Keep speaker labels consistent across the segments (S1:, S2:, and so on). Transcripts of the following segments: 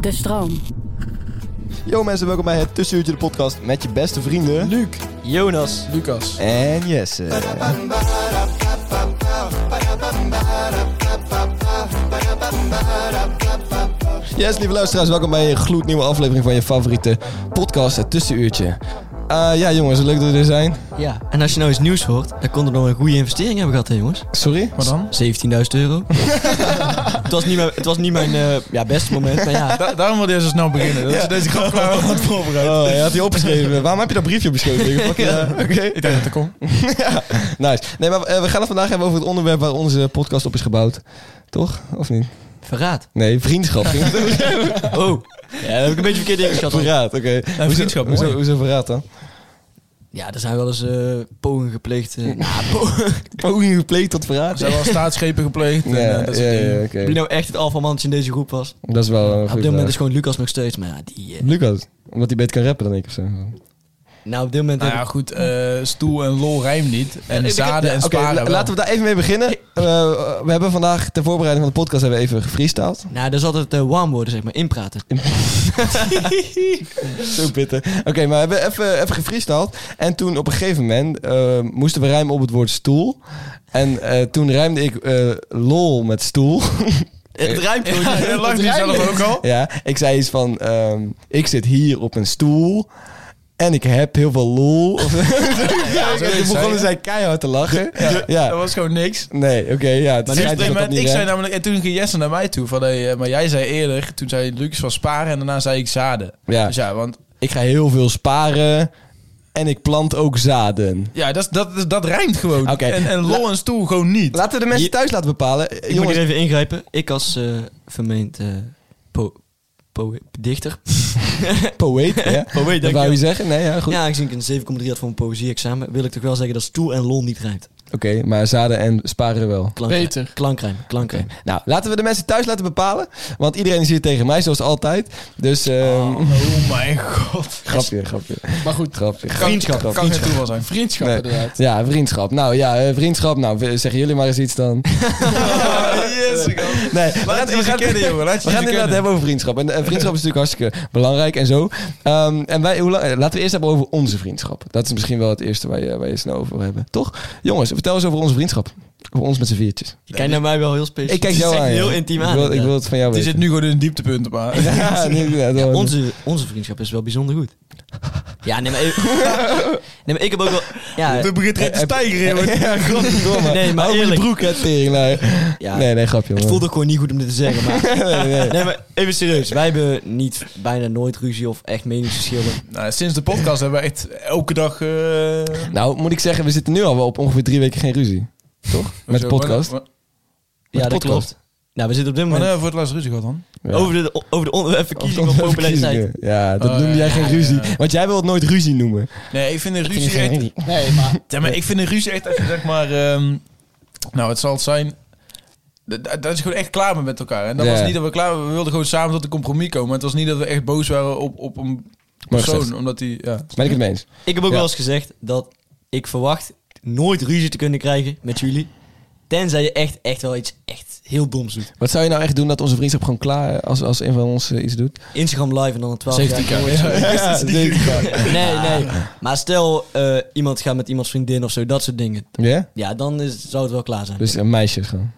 S1: De stroom.
S2: Yo mensen, welkom bij het Tussenuurtje de podcast met je beste vrienden... Luc, Jonas
S3: Lucas.
S2: en Jesse. Yes, lieve luisteraars, welkom bij een gloednieuwe aflevering van je favoriete podcast, het Tussenuurtje. Eh, ja jongens, leuk dat jullie er zijn.
S3: Ja.
S4: En als je nou eens nieuws hoort, dan kon er nog een goede investering hebben gehad, hè, jongens.
S2: Sorry?
S3: Maar dan?
S4: 17.000 euro. het, was niet mijn, het was niet mijn eh, ja, beste moment, maar ja.
S3: Da- daarom wilde je zo snel beginnen. Dat is deze grap klaar had voorbereid.
S2: Oh, je had die opgeschreven. Waarom heb je dat briefje opgeschreven? Fuck, eh, Oké.
S3: Ik denk dat het komt.
S2: ja, nice. Nee, maar eh, we gaan het vandaag hebben over het onderwerp waar onze podcast op is gebouwd. Toch? Of niet?
S4: Verraad.
S2: Nee, vriendschap. Ging het over?
S4: Oh. Ja, dat heb ik een beetje verkeerd ingeschat. hoor.
S2: Verraad, oké. Hoezo-
S3: vriendschap,
S2: hoezo,
S3: mooi.
S2: hoezo verraad dan?
S4: Ja, er zijn wel eens eh pogingen gepleegd. eh, nou, po-
S2: Poging gepleegd tot
S3: Er
S2: verraad?
S3: zijn wel staatsschepen gepleegd. en,
S2: Ja,
S3: eh, dat
S2: ja,
S3: soort dingen.
S2: ja,
S4: Wie
S2: oké.
S4: nou echt het alfamantje in deze groep was.
S2: Dat is wel een
S4: op dit
S2: goede
S3: eh.
S4: moment is
S2: vraag.
S4: gewoon Lucas nog steeds, maar ja, die... eh,
S2: Lucas, omdat hij beter kan rappen dan ik of zo.
S4: nou, op dit moment...
S3: Nou
S4: heb
S3: ja,
S4: ik-
S3: goed. eh, stoel en lol rijmen niet. En
S4: ik- ik-
S3: zaden en
S2: Oké,
S3: sparen
S2: la-
S3: wel.
S2: laten we daar even mee beginnen. Eh, we hebben vandaag, ter voorbereiding van de podcast, hebben we even gefreestyled.
S4: nou, dat is altijd eh, warm worden, zeg maar, inpraten.
S2: Zo bitter. Oké, maar we hebben even, even gefreestyled. En toen op een gegeven moment eh, moesten we rijmen op het woord stoel. En eh, toen rijmde ik eh, lol met stoel.
S4: Het ruimt gewoon niet.
S3: Ja,
S4: Het
S3: Lang niet
S4: ruimt
S3: zelf
S4: niet.
S3: ook al.
S2: ja, ik zei iets van, ehm, ik zit hier op een stoel. En ik heb heel veel lol. Of-
S3: Ja, zo
S2: en toen
S3: is hij.
S2: begonnen zij keihard te lachen. Ja,
S3: Dat was gewoon niks.
S2: nee, oké, ja. Het
S3: Maar
S2: schijnt dus
S3: nee,
S2: dat
S3: maar
S2: dat niet
S3: ik zei nou-
S2: rijmt.
S3: namelijk, en toen ging Jesse naar mij toe. Van, hey, eh, maar jij zei eerder, toen zei Lucas van sparen en daarna zei ik zaden.
S2: Ja.
S3: Dus ja, want
S2: Ik ga heel veel sparen. En ik plant ook zaden.
S3: ja, dat, is- dat, is- dat rijmt gewoon.
S2: Oké.
S3: En, en lol en stoel gewoon niet.
S2: Laten we de mensen
S4: Je-
S2: thuis laten bepalen.
S4: Ik
S2: Jongens,
S4: moet hier even ingrijpen. Ik als eh, vermeend eh, po- po- dichter...
S2: poëet. Ja.
S4: Poëet,
S2: Dat
S4: dank
S2: wou
S4: je.
S2: je zeggen? Nee, ja, goed.
S4: Ja, aangezien ik een 7,3 had voor een poëzie-examen, wil ik toch wel zeggen dat stoel en lol niet rijmt.
S2: Oké, maar zaden en sparen wel.
S4: Klankrijm.
S3: Beter.
S4: Klankrijm, klankrijm.
S2: Nou, laten we de mensen thuis laten bepalen. Want iedereen is hier tegen mij, zoals altijd. Dus, ehm
S3: Oh mijn god.
S2: grapje, grapje.
S5: Maar goed,
S2: Grapje.
S3: Vriendschap. Kan geen
S2: Vriendschap.
S3: toeval zijn.
S5: vriendschap
S2: Nee.
S5: inderdaad.
S2: Ja, vriendschap. Nou ja, eh, vriendschap. Nou, v- zeggen jullie maar eens iets dan.
S3: Yes, ik ook.
S2: Nee, we gaan,
S3: Laat
S2: we
S3: je ze
S2: gaan,
S3: kennen, jongen. Laat
S2: we gaan
S3: je ze
S2: het inderdaad
S3: kennen.
S2: hebben over vriendschap. En eh, vriendschap is natuurlijk hartstikke belangrijk en zo. Ehm, en wij, hoe lang, eh, laten we eerst hebben over onze vriendschap. Dat is misschien wel het eerste waar je, waar je snel over wil hebben. Toch? Jongens, vertel eens over onze vriendschap. Over ons met z'n viertjes.
S4: Je kijkt naar mij wel heel specifiek.
S2: Ik kijk
S4: Het is
S2: jou
S4: echt
S2: aan.
S4: heel
S2: ja.
S4: intiem
S2: ik
S4: aan.
S2: wil, ik wil
S4: inderdaad.
S2: het van jou
S3: Die
S2: weten.
S3: zit nu gewoon in een dieptepunt, maar...
S2: Ja, nu, ja,
S4: Ja,
S2: dan-
S4: onze, onze vriendschap is wel bijzonder goed. Ja, nee, maar ik, nee, maar ik heb ook wel... Ja, Eh,
S3: Toen begint er te stijgen, jongen.
S2: Ja, godverdomme.
S4: nee, maar
S2: Hou van je
S4: eerlijk.
S2: broek, hè, teringlijn.
S4: Ja,
S2: Nee, nee, grapje.
S4: Het
S2: man.
S4: voelt ook gewoon niet goed om dit te zeggen, maar...
S2: Nee, nee.
S4: Nee, maar even serieus. Wij hebben niet bijna nooit ruzie of echt meningsverschillen.
S3: Nou, sinds de podcast hebben we echt elke dag... eh,
S2: Nou, moet ik zeggen, we zitten nu al wel op ongeveer drie weken geen ruzie. Toch? Met de
S3: zo,
S2: podcast.
S3: wanneer-
S4: Ja,
S2: de
S4: dat
S2: podcast. nou,
S4: klopt. Nou, we zitten op dit
S3: Wanneer
S4: moment
S3: hebben we voor het laatst ruzie gehad dan?
S2: Ja.
S4: over de, over de onderwerp verkiezing of
S2: Over
S4: populariteit.
S2: verkiezingen. Ja, dat
S3: Oh,
S2: noemde
S3: ja,
S2: jij
S3: ja,
S2: geen
S3: ja,
S2: ruzie.
S3: ja.
S2: Want jij wil het nooit ruzie noemen.
S3: Nee, ik vind een
S2: Vind
S3: ruzie
S2: je geen
S3: echt...
S2: ruzie?
S5: Nee, maar
S3: Ja, maar ik vind een ruzie echt, als je zeg maar... ehm, nou, het zal het zijn... Dat- Dat dat is gewoon echt klaar mee met elkaar. En dat
S2: Ja.
S3: was niet dat we klaar waren. We wilden gewoon samen tot een compromis komen. Het was niet dat we echt boos waren op, op een
S2: Maar
S3: persoon.
S2: gezegd.
S3: Omdat die... Ja.
S2: Ben ik het mee eens?
S4: Ik heb ook
S2: Ja.
S4: wel eens gezegd dat ik verwacht nooit ruzie te kunnen krijgen met jullie. Tenzij je echt, echt wel iets echt heel doms doet.
S2: Wat zou je nou echt doen dat onze vriendschap gewoon klaar eh, als, als een van ons eh, iets doet?
S4: Instagram live en dan een 12 jaar.
S2: Ja, dat denk ik wel.
S4: Nee, nee. Maar stel, eh, iemand gaat met iemands vriendin of zo, dat soort dingen.
S2: Ja?
S4: Ja, dan is, zou het wel klaar zijn.
S2: Dus een meisje gewoon.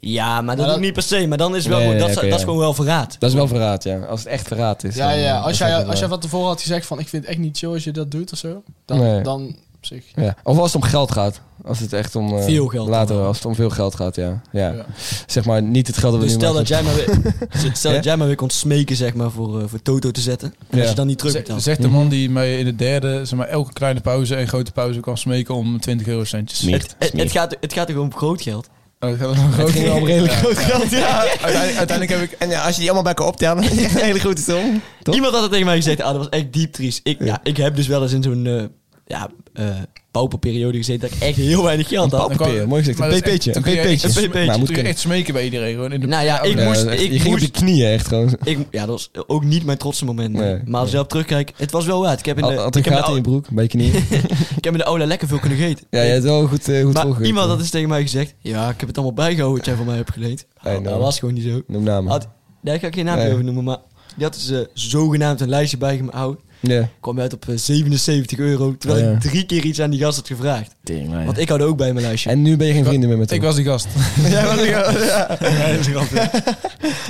S4: Ja, maar dat
S5: dat-
S4: doe ik niet per se. Maar dan is wel
S2: Nee,
S4: gewoon- dat,
S2: oké,
S4: zou- dat is
S2: ja.
S4: gewoon wel verraad.
S2: Dat is wel verraad, ja. Als het echt verraad is.
S5: Ja,
S2: dan,
S5: ja.
S2: eh,
S5: Als
S2: is dat wel
S5: jij, als jij
S2: verraad.
S5: van tevoren had gezegd van ik vind het echt niet chill als je dat doet of zo, dan,
S2: Nee.
S5: dan op zich.
S2: Ja. Of als het om geld gaat. Als het echt om... eh,
S4: Veel geld
S2: Later,
S4: dan wel.
S2: als het om veel geld gaat, ja. ja.
S3: Ja.
S2: Zeg maar niet het geld dat we
S4: Dus
S2: nu
S4: stel
S2: maken.
S4: dat jij maar weer, stel
S2: Ja?
S4: dat jij maar weer kon smeken zeg maar, voor, eh, voor Toto te zetten. En
S2: Ja.
S4: Als je dan niet terug
S3: Zegt
S4: betaalt.
S3: de
S2: Mhm.
S3: man die mij in de derde, zeg maar, elke kleine pauze en grote pauze kan smeken om 20 eurocentjes.
S2: Niet.
S4: Het, het, het gaat, het gaat toch om groot geld?
S3: Oh, dat gaat nog
S2: Het ging wel om redelijk
S3: Ja.
S2: groot geld, ja.
S3: Uiteindelijk, uiteindelijk heb ik...
S2: En ja, als je die allemaal bij elkaar optelt, is het een hele goede som. Toch?
S4: Iemand had het tegen mij gezegd. Ah, dat was echt diep triest. Ik, ja. ik heb dus wel eens in zo'n eh ja, eh, pauperperiode gezeten dat ik echt heel weinig geld had.
S3: pauper-
S2: Een papier, mooi gezegd.
S3: Maar
S2: Een
S3: dat is echt-
S2: pp'tje. Een
S3: toen kun je echt-
S2: pp'tje.
S4: een pp'tje.
S2: Nou, moet
S3: Moet je
S2: kunnen.
S3: echt smeken bij iedereen gewoon. In de,
S4: Nou ja, ik
S2: Ja,
S4: moest...
S2: dat is echt-
S4: Ik
S2: je ging op
S4: moest
S2: je knieën echt gewoon.
S4: ik, ja, dat was ook niet mijn trotse moment. nee.
S2: Nee,
S4: maar als je op terugkijkt, het was wel waard. Ik heb in de,
S2: Had had
S4: ik heb
S2: een
S4: in de
S2: gaten in je
S4: au-
S2: broek, bij je knieën.
S4: ik heb in de aula lekker veel kunnen gegeten.
S2: Ja, je hebt wel goed, eh, goed
S4: maar
S2: volgegeten.
S4: iemand had eens tegen mij gezegd... Ja, ik heb het allemaal bijgehouden wat jij van mij hebt geleend.
S2: Hey,
S4: Nou, dat
S2: nou.
S4: was gewoon niet zo.
S2: Noem namen.
S4: Had, daar ga ik geen naam
S2: Nee.
S4: over noemen, maar die had dus eh, zogenaamd een lijstje bij me houden.
S2: Ja.
S4: Kwam uit op eh, 77 euro, terwijl
S2: Oh, ja.
S4: ik drie keer iets aan die gast had gevraagd. Want ik had ook bij mijn lijstje.
S2: En nu ben je geen vrienden meer met hem.
S3: ik was die gast.
S2: Ja, wat ik ja.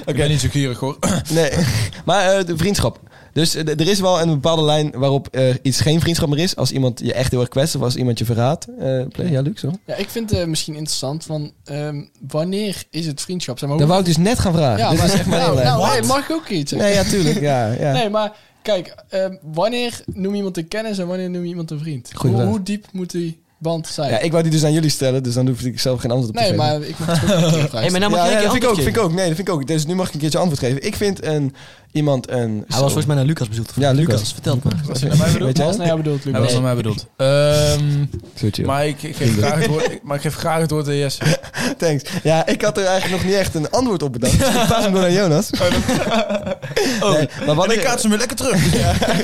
S3: Ik ben niet zo gierig hoor.
S2: Nee, maar eh, de vriendschap. Dus eh, d- er is wel een bepaalde lijn waarop eh, iets geen vriendschap meer is. Als iemand je echt heel erg kwetst of als iemand je verraadt. Eh play, ja, Luc, zo.
S5: Ja, ik vind het eh, misschien interessant van ehm, wanneer is het vriendschap? Zeg maar,
S2: Dat
S5: hoe-
S2: wou ik dus net gaan vragen.
S5: ja,
S2: Dit
S5: maar,
S2: is echt mijn
S5: nou,
S2: hele lijn.
S5: nou, hey, mag ik ook iets?
S2: Nee, ja, tuurlijk. Ja, ja.
S5: Nee, maar kijk, ehm, wanneer noem je iemand een kennis en wanneer noem je iemand een vriend?
S2: Goeie
S5: Hoe,
S2: vraag.
S5: hoe diep moet die band zijn?
S2: ja, ik wou die dus aan jullie stellen, dus dan hoef ik zelf geen antwoord op te
S5: nee,
S2: geven.
S5: maar ik mag het ook een keer
S4: Hey,
S5: vragen.
S4: maar nou mag
S2: ja,
S4: jij
S2: nee,
S4: een keer
S2: dat vind ik ook,
S4: antwoord
S2: vind ik
S4: geven.
S2: ook. Nee, dat vind ik ook. Dus nu mag ik een keertje antwoord geven. Ik vind een, iemand een...
S4: Hij was volgens mij naar Lucas bedoeld.
S2: Ja, Lucas.
S4: vertelt maar.
S3: Was je naar mij bedoeld?
S2: Weet
S5: Dat was
S2: je
S5: naar jou bedoeld, Lucas.
S3: Hij was naar mij bedoeld. Ehm,
S2: Zo chill.
S3: maar, ik, ik geef graag het woord, ik- maar ik geef graag het woord aan Jesse.
S2: Thanks. Ja, ik had er eigenlijk nog niet echt een antwoord op bedacht. Dus ik pas hem door aan Jonas. Nee, maar
S3: En
S2: wanneer,
S3: ik kaats hem weer lekker terug.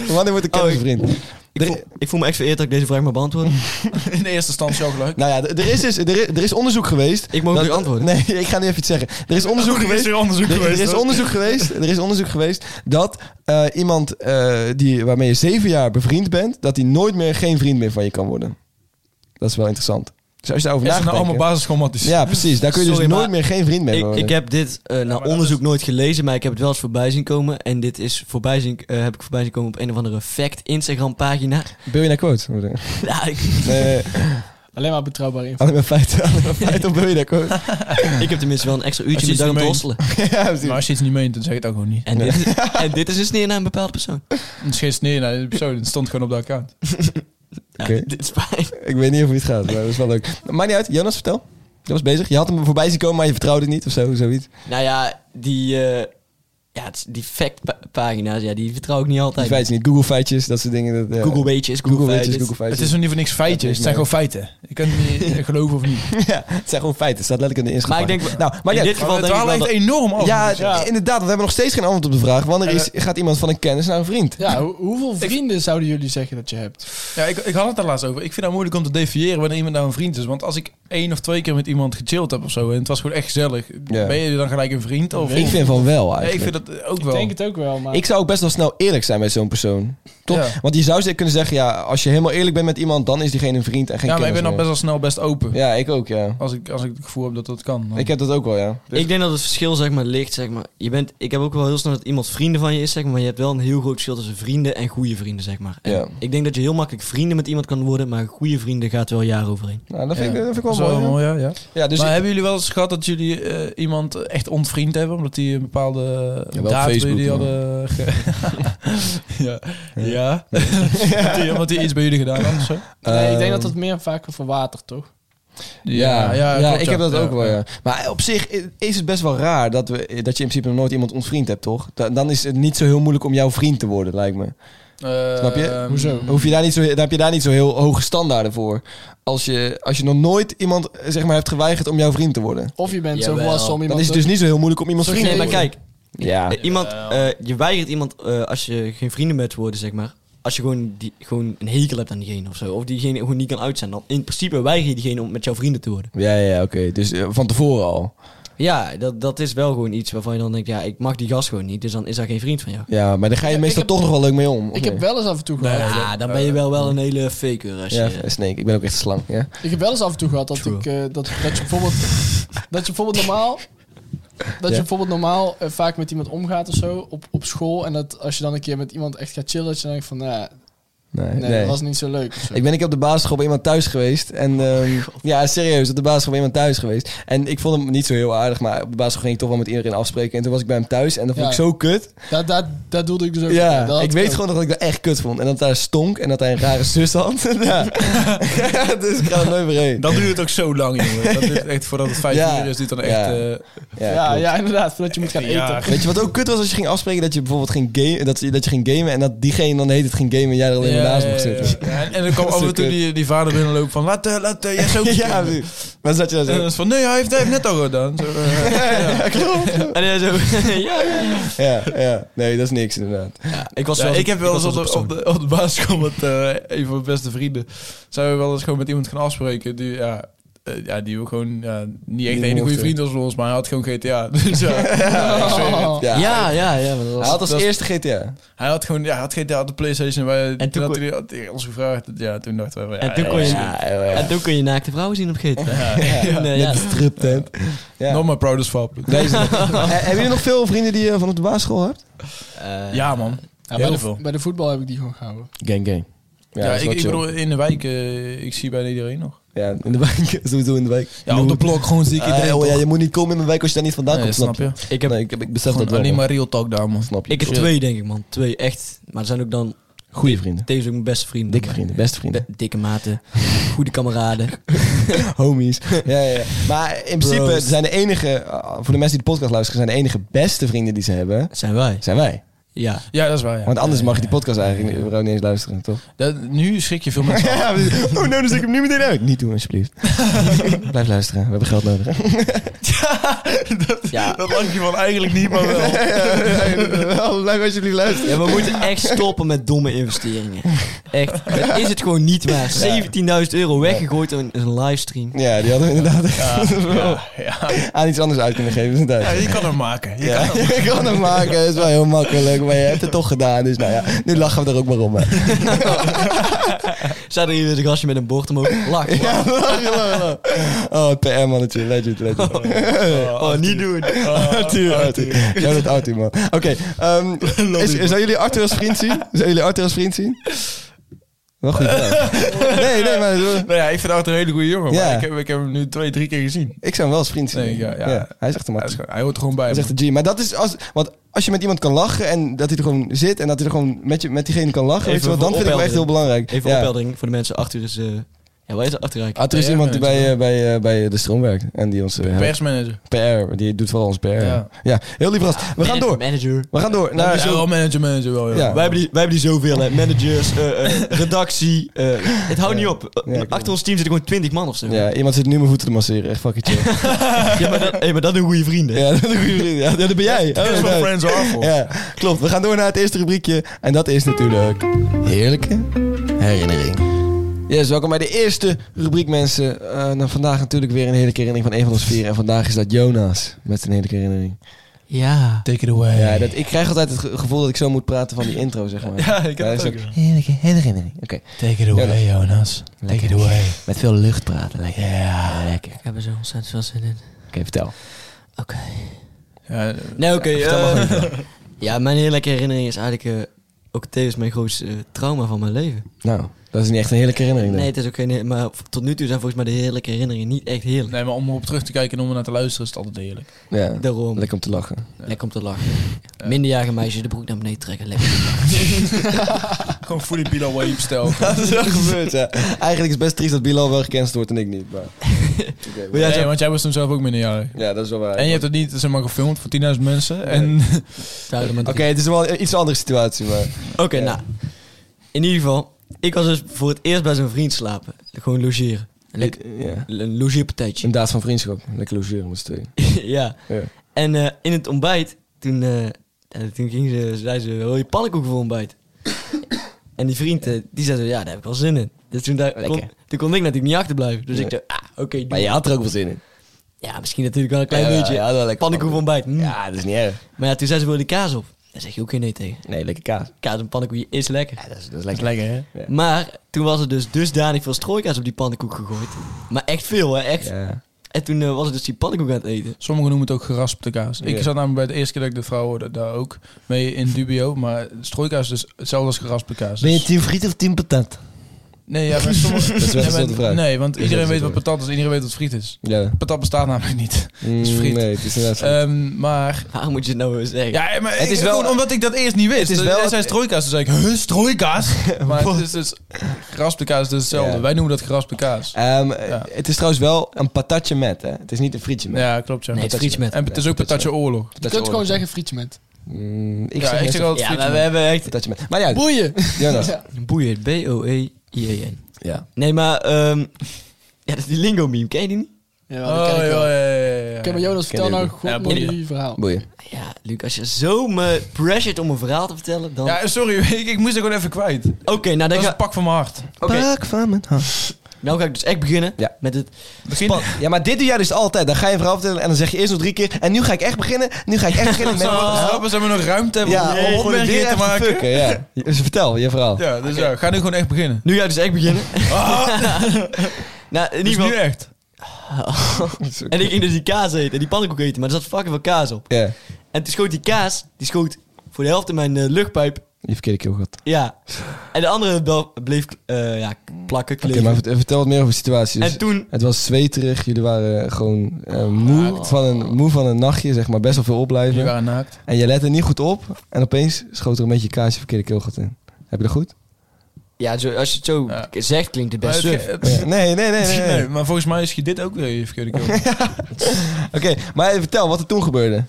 S2: wanneer wordt de
S4: Oh,
S2: kennis
S4: ik-
S2: vriend?
S4: Ik voel, ik voel me echt vereerd dat ik deze vraag mag beantwoorden.
S3: In de eerste stand jouw gelijk.
S2: Nou ja, d- er is, dus- er is, er is onderzoek geweest.
S4: Ik mag ook
S2: Dat-
S4: weer antwoorden.
S2: Nee, ik ga nu even iets zeggen. Er is onderzoek geweest.
S3: onderzoek
S2: Er, er is onderzoek geweest. Er is onderzoek geweest dat eh, iemand eh, die, waarmee je zeven jaar bevriend bent, dat die nooit meer geen vriend meer van je kan worden. Dat is wel interessant. Dus als je daarover
S3: Is het
S2: na
S3: nou allemaal basisschoolmatjes?
S2: Ja, precies. Daar kun je
S4: Sorry,
S2: dus nooit
S4: maar
S2: meer geen vriend mee
S4: Ik,
S2: worden.
S4: ik heb dit eh naar
S3: dat
S4: onderzoek nooit gelezen, maar ik heb het wel eens voorbij zien komen. En dit is voorbij zien, eh, heb ik voorbij zien komen op een of andere fact Instagram pagina.
S2: Wil je naar quote? Nee,
S4: ja, ik,
S2: Nee,
S5: Alleen maar betrouwbare info.
S2: alleen maar feiten. Alleen maar feiten op wil je naar quote.
S4: ik heb tenminste wel een extra uurtje
S3: Als je
S4: met
S3: iets
S4: dag om te
S3: meent.
S4: hosselen.
S2: ja, precies.
S3: Maar als je iets niet meent, dan zeg je het ook gewoon niet.
S4: En, dit is, en dit is een sneer naar een bepaalde persoon.
S3: Dan scheet nee naar de persoon. Het stond gewoon op de account.
S4: Ja,
S2: Oké.
S4: Dit is fijn.
S2: Ik weet niet of het gaat, maar dat is wel leuk. Maakt niet uit. Jonas, vertel. Je was bezig. Je had hem voorbij zien komen, maar je vertrouwde niet of zo, zoiets.
S4: Nou ja, die, eh, ja, het is- die fact pa- pagina's, ja, die vertrouw ik niet
S2: Die
S4: altijd.
S2: feitjes niet. Google feitjes, dat soort dingen. Dat, ja.
S4: Google weetjes, Google,
S2: Google
S4: feitjes.
S2: weetjes, Google
S3: Het
S2: feitjes.
S3: is in ieder geval niks feitjes. Het zijn gewoon feiten. Je kunt het niet geloven of niet.
S2: ja, het zijn gewoon feiten. Het staat letterlijk in de
S4: Maar ik
S2: inschatting.
S4: denk,
S2: nou, maar
S4: in
S2: ja,
S4: dit geval
S3: het
S4: denk ik
S3: dwalen
S4: wel
S3: echt
S4: dat-
S3: enorm af.
S2: ja, inderdaad. Want we hebben nog steeds geen antwoord op de vraag. Wanneer is, gaat iemand van een kennis naar een vriend?
S5: Ja, hoe- hoeveel vrienden zouden jullie zeggen dat je hebt?
S3: Ja, ik, ik had het daar laatst over. Ik vind het nou moeilijk om te definiëren wanneer iemand nou een vriend is. Want als ik één of twee keer met iemand gechilled heb of zo... en het was gewoon echt gezellig...
S2: Ja.
S3: ben je dan gelijk een vriend? Of,
S2: Ik vind van wel
S3: Ja,
S2: eigenlijk.
S3: ik
S2: ik,
S3: vind dat ook
S5: Ik
S3: wel.
S5: denk het ook wel, maar...
S2: zou ook best wel snel eerlijk zijn met zo'n persoon. Toch?
S3: Ja.
S2: Want je zou ze- kunnen zeggen, ja, als je helemaal eerlijk bent met iemand, dan is diegene een vriend en geen
S3: ja, maar ik ben dan
S2: kennis
S3: best wel snel best open.
S2: meer. Ja, ik ook, ja.
S3: Als, ik, als ik het gevoel heb dat dat kan. dan-
S2: Ik heb dat ook wel, ja.
S4: Ik denk dat het verschil zeg maar, ligt. Zeg maar. je bent, ik heb ook wel heel snel dat iemand vrienden van je is, zeg maar, maar je hebt wel een heel groot verschil tussen vrienden en goede vrienden. Zeg maar. En
S2: Ja.
S4: Ik denk dat je heel makkelijk vrienden met iemand kan worden, maar goede vrienden gaat wel jaren overheen.
S2: Nou, dat vind,
S3: Ja.
S2: ik, dat vind ik
S3: Dat
S2: wel
S3: is
S2: mooi.
S3: wel
S2: ja.
S3: mooi, ja. ja.
S2: Ja, dus
S3: maar hebben jullie wel eens gehad dat jullie eh, iemand echt ontvriend hebben? Omdat die een bepaalde eh,
S2: Ja,
S3: ja,
S2: wel
S3: daad
S2: Facebook,
S3: bij jullie
S2: man.
S3: hadden... ge- ja. Ja. Omdat die- Omdat die iets bij jullie gedaan had of zo?
S5: nee, ik
S2: Ehm,
S5: denk dat dat meer vaker verwatert, toch?
S2: Ja, ja,
S3: klopt,
S2: ik heb dat
S3: Ja,
S2: ook wel,
S3: ja.
S2: ja. Maar op zich i- is het best wel raar dat, we, dat je in principe nog nooit iemand ontvriend hebt, toch? Da- Dan is het niet zo heel moeilijk om jouw vriend te worden, lijkt me.
S3: Eh,
S2: Snap je?
S3: ehm,
S5: Hoezo?
S2: Hoef je daar niet zo, dan heb je daar niet zo heel hoge standaarden voor. Als je, als je nog nooit iemand eh, zeg maar, hebt geweigerd om jouw vriend te worden.
S5: Of je bent zo
S4: Jawel.
S5: volwassen om
S2: Dan
S5: iemand...
S2: is het dus niet zo heel moeilijk om iemand
S5: Sorry,
S2: vriend
S4: Nee,
S2: te
S4: maar
S2: worden.
S4: kijk,
S2: Ja.
S4: eh, iemand, eh, je weigert iemand eh, als je geen vrienden bent te worden, zeg maar. Als je gewoon, die, gewoon een hekel hebt aan diegene of zo, of diegene gewoon niet kan uitstaan, dan in principe weiger je diegene om met jouw vrienden te worden.
S2: Ja, ja, oké. Dus eh, van tevoren al.
S4: Ja, dat, dat is wel gewoon iets waarvan je dan denkt, ja, ik mag die gast gewoon niet, dus dan is dat geen vriend van jou.
S2: Ja, maar daar ga je
S5: Ik
S2: meestal
S5: heb-
S2: toch nog wel leuk mee om. of
S5: Ik heb
S2: nee?
S5: wel eens af en toe gehad...
S4: Ja, dan ben je wel wel een hele faker als je...
S2: Ja, snake. Ik ben ook echt een slang. Ja.
S5: Ik heb wel eens af en toe gehad dat,
S4: True.
S5: ik, eh, dat, dat je bijvoorbeeld Dat je bijvoorbeeld normaal... Dat
S2: Ja.
S5: je bijvoorbeeld normaal eh, vaak met iemand omgaat of zo, op, op school. En dat als je dan een keer met iemand echt gaat chillen, dat je dan denkt van, nou, ja,
S2: Nee,
S5: nee,
S2: nee.
S5: dat was niet zo leuk. of zo.
S2: Ik ben ik op de basisschool bij iemand thuis geweest. En
S3: Oh
S2: ehm, ja, serieus, op de basisschool bij iemand thuis geweest. En ik vond hem niet zo heel aardig, maar op de basisschool ging ik toch wel met iedereen afspreken. En toen was ik bij hem thuis en dat vond
S5: Ja.
S2: ik zo kut.
S5: Daar, daar, daar doelde ik dus ook mee. Dat
S2: Ja,
S5: had
S2: ik weet
S5: ook.
S2: gewoon nog dat ik dat echt kut vond. En dat daar stonk en dat hij een rare zus had. ja.
S3: Eh.
S2: dus ik ga er nooit meer heen.
S3: Dan duurt het ook zo lang, jongen. Dat duurt echt, voordat het vijf
S2: Ja.
S3: uur is, duurt dan echt...
S2: Ja.
S3: eh,
S2: Ja,
S5: Ja,
S2: klopt.
S5: ja, inderdaad, voordat je moet gaan eten.
S3: Ja.
S2: Weet je wat ook kut was als je ging afspreken dat je bijvoorbeeld ging gamen, dat, je- dat je ging gamen en dat diegene dan heet het ging gamen en jij er alleen maar naast mocht zitten.
S3: ja. Ja, en, en dan kwam
S2: Dat is
S3: af
S2: zo
S3: en toe
S2: kut.
S3: die, die vader binnenlopen van... Laat, eh, laat eh, Jesse ook eens
S2: Ja,
S3: komen."
S2: precies. maar dan zat je daar
S3: En dan
S2: zo.
S3: is van... Nee, hij heeft, hij heeft net al gedaan. Zo, eh,
S2: Ja, klopt.
S4: En hij zo, ja, ja.
S2: Ja, ja. Nee, dat is niks inderdaad.
S4: Ik was
S3: Ja, ik heb wel eens op de, op, de, op de basisschool met eh, een van mijn beste vrienden... zijn we wel eens gewoon met iemand gaan afspreken die... Ja, eh, ja, die ook gewoon ja, niet
S2: Die
S3: echt een hele goede
S2: mochten.
S3: vriend was van ons, maar hij had gewoon GTA. Dus ja, ik zweer het.
S2: Ja.
S4: Ja, ja, ja. maar dat was-
S2: Hij had als
S3: Oh. dat is-
S2: eerste GTA.
S3: Hij had gewoon, ja, hij had GTA op de Playstation. Wij, en
S4: toen
S3: toen had
S4: kon-
S3: hij, had hij ons gevraagd. Ja, toen dachten we, ja,
S4: En toen
S3: ja,
S4: kon je-
S3: ja,
S2: ja, ja.
S4: En toen kun je naakte vrouwen zien op GTA.
S3: ja, ja.
S4: En, eh,
S2: Met
S4: ja.
S2: de striptent. Ja.
S3: Not my proudest fap.
S2: Nee, is het niet. Eh, Hebben jullie nog veel vrienden die je van op de basisschool hebt?
S4: Eh,
S3: Ja, man.
S5: Ja,
S3: Heel
S5: bij,
S3: veel.
S5: de, bij de voetbal heb ik die gewoon gehouden.
S2: Gang, gang. Ja,
S3: Ja,
S2: dat is
S3: ik,
S2: wel
S3: ik
S2: chill.
S3: bedoel, in de wijk, eh, ik zie bijna iedereen nog.
S2: Ja, in de wijk. Sowieso in de wijk.
S3: Ja, op de blok gewoon zie ik
S2: Ah,
S3: iedereen.
S2: joh, ja, je moet niet komen in mijn wijk als je daar niet vandaan
S3: Nee,
S2: komt, snap
S3: snap
S2: je?
S3: je.
S4: ik heb,
S2: Nee, ik, heb- ik besef dat
S3: Gewoon
S2: wel.
S3: alleen
S2: man.
S3: maar real talk daar, man.
S2: Snap je?
S4: ik heb twee, denk ik, man. Twee, echt. Maar er zijn ook dan
S2: Goede vrienden.
S4: tevens ook mijn beste vrienden.
S2: Dikke vrienden. Beste vrienden.
S4: De- dikke maten. Goede kameraden.
S2: Homies. Ja, ja, ja. Maar in principe
S4: Bros.
S2: zijn de enige, eh, voor de mensen die de podcast luisteren, zijn de enige beste vrienden die ze hebben,
S4: Dat zijn wij.
S2: zijn wij.
S4: Ja.
S3: Ja, dat is waar. Ja.
S2: Want anders mag je die podcast eigenlijk überhaupt niet eens luisteren, toch?
S3: Dat- nu schrik je veel mensen af.
S2: Ja, precies. oh, nou, dus ik hem nu meteen uit. Niet doen, alsjeblieft. Blijf luisteren, we hebben geld nodig. dus-
S4: Ja.
S3: Dat dacht je van eigenlijk niet, maar wel.
S2: Blijf alsjeblieft luisteren.
S4: Ja, we moeten echt stoppen met domme investeringen. Echt. Dat is het gewoon niet waard. 17.000 euro weggegooid in een livestream.
S2: Ja, die hadden we inderdaad echt wel
S3: Ja, ja.
S2: aan iets anders uit kunnen geven. inderdaad.
S3: ja, je kan hem maken. Je
S2: Ja,
S3: kan hem-
S2: je kan het maken, is wel heel makkelijk, maar je hebt het toch gedaan. Dus nou ja, nu lachen we er ook maar om. hè.
S4: Staat er hier weer een gastje met een bord omhoog. Lach. lach.
S2: Ja, lachen, lachen, lachen. Oh, PM mannetje, legend, legend.
S4: oh, niet doen.
S3: oh,
S2: Arthur, Arthur. Jij bent Arthur, man. Oké, ehm, is- zou jullie Arthur als vriend zien? Zou jullie Arthur als vriend zien? Wel goed. Nee, nee, maar
S3: Nou ja, ik vind Arthur een hele goede jongen.
S2: Ja.
S3: Maar ik heb, ik heb hem nu twee, drie keer gezien.
S2: ik zou hem wel als vriend zien.
S3: Nee, ja, ja.
S2: hij is echt een man.
S3: Hij, is gewoon- hij hoort er gewoon bij.
S2: Hij is
S3: man.
S2: echt een G. Maar dat is als, want als je met iemand kan lachen en dat hij er gewoon zit en dat hij er gewoon met, je, met diegene kan
S4: Even
S2: lachen, weet je wel, dan
S4: voor
S2: vind ik hem echt heel belangrijk.
S4: Even
S2: Ja.
S4: opheldering voor de mensen. Arthur is... eh ja, wij is Arthur eigenlijk?
S2: Arthur is
S3: PR
S2: iemand die bij,
S3: manager.
S2: eh, bij, eh, bij de stroom werkt en die ons eh, helpt.
S3: Persmanager.
S2: PR, die doet vooral ons PR. Ja,
S3: Ja.
S2: heel lief gast. We gaan door.
S4: Manager.
S2: We gaan door
S3: Nou,
S2: naar
S3: ja, wel manager, manager wel. Ja.
S2: Ja.
S4: Wij hebben, die, wij hebben die zoveel, hè. Managers, eh, eh, redactie. eh, het houdt niet op. Eh,
S2: Ja, klopt.
S4: Achter ons team zitten gewoon 20 man of zo.
S2: Ja, iemand zit nu mijn voeten te masseren. Echt fucking chill.
S4: Ja, maar, dat, hey, maar dat doen goede vrienden.
S2: ja, dat is een goede vriend. Ja, dat ben jij.
S3: Dat is
S2: Oh,
S3: wel
S2: nee.
S3: Friends Awful.
S2: Ja, klopt. We gaan door naar het eerste rubriekje. En dat is natuurlijk... Heerlijke herinnering. Yes, welkom bij de eerste rubriek, mensen. Eh, nou, vandaag natuurlijk weer een heerlijke herinnering van een van ons vier. En vandaag is dat Jonas met zijn heerlijke herinnering.
S4: Ja.
S3: Take it away.
S2: Ja, dat, ik krijg altijd het ge- gevoel dat ik zo moet praten van die intro, zeg maar.
S3: Ja, ik heb het
S2: dat
S3: ook,
S2: is
S3: ja.
S2: Heerlijke herinnering. Oké.
S3: Take it
S2: away,
S3: Jonas.
S2: Lekker.
S3: away.
S2: Met veel lucht praten. Lekker.
S3: Ja.
S2: lekker.
S4: Ik heb er zo ontzettend veel zin in.
S2: Oké, vertel.
S4: Oké.
S3: Ja, eh,
S4: Nee, oké.
S3: vertel
S4: eh,
S3: maar gewoon.
S4: ja, mijn heerlijke herinnering is eigenlijk eh, ook tevens mijn grootste eh, trauma van mijn leven.
S2: Nou, dat is niet echt een heerlijke herinnering.
S4: Nee,
S2: Nee.
S4: het is ook geen... he- Maar tot nu toe zijn volgens mij de heerlijke herinneringen niet echt heerlijk.
S3: Nee, maar om erop terug te kijken en om er naar te luisteren is het altijd heerlijk.
S2: Ja.
S4: Daarom.
S2: Lekker om te lachen.
S4: Lekker om te lachen. Minderjarige meisjes de broek naar beneden trekken. Lekker.
S3: Gewoon fully Bilal Wave stijl.
S2: Dat is wel gebeurd, ja. Eigenlijk is het best triest dat Bilal wel gecanceld wordt en ik niet. Maar... Oké, maar-
S4: jij
S3: Nee,
S4: zou-
S3: want jij was toen zelf ook minderjarig.
S2: Ja, dat is wel waar.
S3: En je hebt het niet, zeg maar, gefilmd voor 10.000 mensen. En
S4: Zouden we
S2: Oké,
S4: met-
S2: het is wel een iets andere situatie, maar...
S4: Oké, nou. In ieder geval, ik was dus voor het eerst bij zo'n vriend slapen. Gewoon logeren. Een, leuk-
S2: Ja.
S4: een logeerpartijtje.
S2: Een daad van vriendschap. Lekker logeren met z'n tweeën.
S4: ja.
S2: Ja.
S4: En eh, in het ontbijt, toen, eh, eh, toen ging ze, zei ze, wil je pannenkoek voor ontbijt? en die vriend, eh, die zei zo, ja, daar heb ik wel zin in. Dus toen, daar, kon,
S2: Lekker.
S4: toen kon ik natuurlijk niet achterblijven. Dus
S2: Nee.
S4: ik dacht, ah, oké, doe
S2: Maar je had er ook wel zin in.
S4: Ja, misschien natuurlijk wel een klein
S2: Ja,
S4: beetje.
S2: ja, wel lekker
S4: pannenkoek voor ontbijt. mm.
S2: Ja, dat is niet erg.
S4: Maar ja, toen zei ze, wil je kaas op? Daar zeg je ook geen nee tegen.
S2: Nee, lekker kaas.
S4: Kaas en pannenkoek is lekker.
S2: Ja, dat is, dat is lekker.
S3: lekker, hè?
S2: Ja.
S4: Maar toen was er dus dusdanig veel strooikaas op die pannenkoek gegooid. Maar echt veel, hè? Echt.
S2: Ja.
S4: En toen eh, was ik dus die pannenkoek aan het eten.
S3: Sommigen noemen het ook geraspte kaas.
S2: Ja.
S3: Ik zat namelijk bij de eerste keer dat ik dit verhaal hoorde daar ook mee in dubio. Maar strooikaas is dus hetzelfde als geraspte kaas.
S2: Ben je
S3: Dus-
S2: team friet of team patat?
S3: Nee, ja, maar sommige...
S2: Dat is wel
S3: nee, maar-
S2: dezelfde vraag.
S3: nee, want
S2: Ja,
S3: iedereen
S2: dat
S3: weet
S2: is
S3: wat
S2: wel.
S3: patat is. Iedereen weet wat friet is.
S2: Ja.
S3: Patat bestaat namelijk niet. is
S2: Mm,
S3: friet.
S2: Nee, het is inderdaad friet.
S3: Ehm, maar...
S4: Waarom moet je het nou weer zeggen?
S3: Ja, maar
S2: Het
S3: het
S2: is
S3: is
S2: wel-
S3: gewoon omdat ik dat eerst niet wist.
S2: Het is
S3: Dus
S2: wel-
S3: Jij zei strooikaas, toen zei ik, huh, strooikaas? Maar het is dus... Geraspte kaas is dus hetzelfde.
S2: Ja.
S3: Wij noemen dat geraspte kaas.
S2: Ehm,
S3: Eh, Ja.
S2: Het is trouwens wel een patatje met, hè? Het is niet een frietje met.
S3: Ja, klopt, ja.
S4: Nee, het is frietje met.
S3: En het is ook
S2: Ja, patatje.
S3: patatje oorlog.
S2: Patatje
S5: Je kunt gewoon
S2: oorlog.
S5: zeggen frietje met.
S2: Mm, ik
S3: Ja,
S2: zeg
S3: ik
S2: net
S3: zeg
S2: zo-
S3: altijd
S4: Ja,
S3: frietje
S4: maar we
S3: met.
S4: hebben echt...
S2: patatje met. Maar ja,
S5: Boeien!
S2: Jonas.
S5: Ja.
S4: Boeien, E B-O-E-I-E-N.
S2: Ja.
S4: Nee, maar... ehm, ja, dat is die lingo-meme, ken je die niet?
S5: Jawel, dat
S3: Oh,
S5: ken
S3: ja,
S5: ik wel.
S3: ja, ja, ja.
S5: Oké, maar Jonas, vertel
S2: die
S5: nou
S2: ook.
S5: goed
S3: Ja,
S5: mooi
S3: boeien.
S5: die verhaal.
S2: Boeien.
S4: Ja, Luc, als je zo me pressured om een verhaal te vertellen, dan...
S3: Ja, sorry, ik, ik moest er gewoon even kwijt.
S4: Oké, nou,
S3: Dat
S4: dan
S3: is
S4: ga...
S3: het pak van mijn hart.
S4: Oké,
S2: Pak van mijn hand.
S4: nou ga ik dus echt beginnen
S2: Ja.
S4: met het...
S3: Begin.
S2: Ja, maar dit doe jij dus altijd. Dan ga je een verhaal vertellen en dan zeg je eerst nog drie keer. En nu ga ik echt beginnen. Nu ga ik echt beginnen met mijn verhaal.
S3: Grappig zijn we nog ruimte hebben
S2: Ja,
S3: om
S2: om gewoon weer
S3: opmerkingen te
S2: even
S3: maken.
S2: fucken, ja. Dus vertel, je verhaal.
S3: Ja, dus ja, ga nu gewoon echt beginnen.
S4: Nu ga ik dus echt beginnen. Ah. nou, in
S3: Dus
S4: ieder
S3: nu
S4: geval...
S3: echt.
S4: En ik ging dus die kaas eten, en die pannenkoek eten, maar er zat fucking veel kaas op.
S2: Ja,
S4: En toen schoot die kaas, die schoot voor de helft in mijn eh, luchtpijp.
S2: die verkeerde keel gehad.
S4: Ja. En de andere bel- bleef eh, ja, plakken,
S2: Oké,
S4: kleven.
S2: maar vert- vertel wat meer over de situatie. Dus
S4: en toen...
S2: Het was zweterig, jullie waren gewoon
S3: Oh,
S2: eh, moe,
S4: Ah.
S2: van een, moe van een nachtje, zeg maar, best wel veel
S3: Je
S2: opblijven.
S3: waren naakt.
S2: En je lette niet goed op en opeens schoot er een beetje kaasje verkeerde keelgat in. Heb je dat goed?
S4: Ja, zo, als je het zo
S3: Ja.
S4: zegt, klinkt het
S3: Maar
S4: best
S3: het-
S4: suf.
S3: het-
S2: Nee, nee, nee, nee. nee.
S3: Nee, maar volgens mij schiet dit ook weer je verkeerde kant.
S2: Oké, maar even vertel wat er toen gebeurde.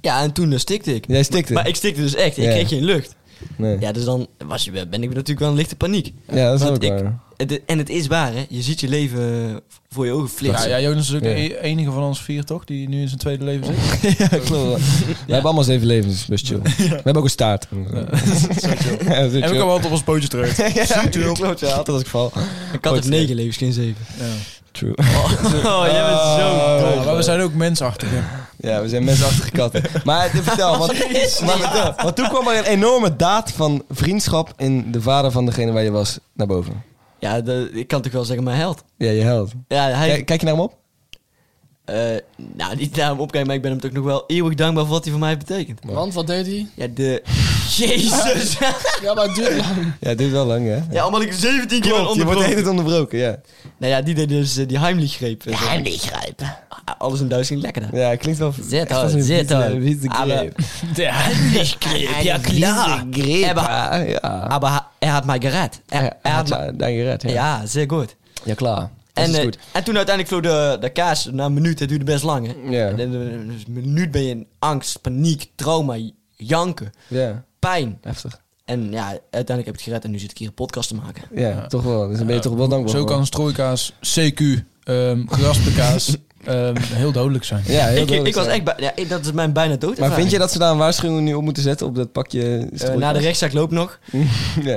S4: Ja, en toen eh, stikte ik.
S2: Jij stikte.
S4: Maar ik stikte dus echt. Ik
S2: Ja.
S4: kreeg geen lucht.
S2: nee. Ja,
S4: Ja, dus dan was je, ben ik natuurlijk wel een lichte paniek.
S2: dat is
S4: Want
S2: ook
S4: ik-
S2: waar.
S4: Het- en het is waar, hè. Je ziet je leven voor je ogen
S3: Ja,
S4: flitsen.
S3: ja, Jonas is ook
S2: Ja.
S3: de e- enige van ons vier, toch? Die nu in zijn tweede leven zit.
S2: ja, klopt. wel. We hebben allemaal zeven levens, dus best chill. We hebben ook een staart. Ja. dat is
S3: En we
S2: chill.
S3: komen altijd op ons pootje terug.
S2: Ja, klopt, ja, altijd als ik val.
S4: Ik had het
S2: Goed,
S4: negen levens, geen zeven.
S2: True.
S4: Oh, jij bent zo...
S3: Oh, maar we zijn ook mensachtig. hè.
S2: Ja, we zijn mensachtige katten. Maar eh, vertel, want, maar vertel, want toen kwam er een enorme daad van vriendschap in de vader van degene waar je was naar boven.
S4: Ja, de- ik kan toch wel zeggen, mijn held.
S2: Ja, je held.
S4: Ja, hij...
S2: Kijk, kijk je naar hem op?
S4: Eh, nou, niet naar hem opkijken, maar ik ben hem toch nog wel eeuwig dankbaar voor wat hij voor mij betekent.
S5: Want wat deed hij?
S4: Ja, de... Jezus!
S5: Ja, maar het duurt lang.
S2: Ja, het duurt wel lang, hè?
S4: ja, omdat ik 17 keer ben
S2: Klopt, je wordt de hele
S4: onderbroken.
S2: tijd onderbroken, ja.
S4: Nou ja, die deed dus eh, die Heimlich-greep. eh, zo. Ah, Alles in Duits ging lekker dan.
S2: Ja, klinkt wel...
S4: Zit
S2: echt als
S4: hoor,
S2: een
S4: zit
S2: witte-
S4: hoor.
S2: witte
S4: Aber-
S2: greep.
S3: Ja.
S4: Heimlich-greep, ja klar. Aber,
S2: Ja, ja.
S4: aber ha- er had mij gered. Er,
S2: Ja,
S4: er had mij-
S2: ja, dank je red, ja.
S4: Ja, zeer goed.
S2: Ja, klaar. Dat
S4: En,
S2: is
S4: eh,
S2: goed.
S4: en toen uiteindelijk vloog de, de kaas na een minuut, het duurde best lang hè.
S2: Ja.
S4: En dan, eh, dus een minuut ben je in angst, paniek, trauma, janken,
S2: Ja,
S4: pijn.
S2: heftig.
S4: En ja, uiteindelijk heb ik het gered en nu zit ik hier een podcast te maken.
S2: Ja, toch wel. Dus dan ben je toch wel dankbaar
S3: Zo
S2: voor.
S3: kan strooikaas, CQ, ehm geraspte kaas ehm, heel dodelijk zijn.
S2: Ja, heel
S4: Ik,
S2: dodelijk
S4: ik was
S2: zijn.
S4: echt bij, ja, ik- dat is mijn bijna dood. Eh,
S2: Maar vind je dat ze daar een waarschuwing nu op moeten zetten op dat pakje?
S4: na de rechtszaak loopt nog.
S2: Ja.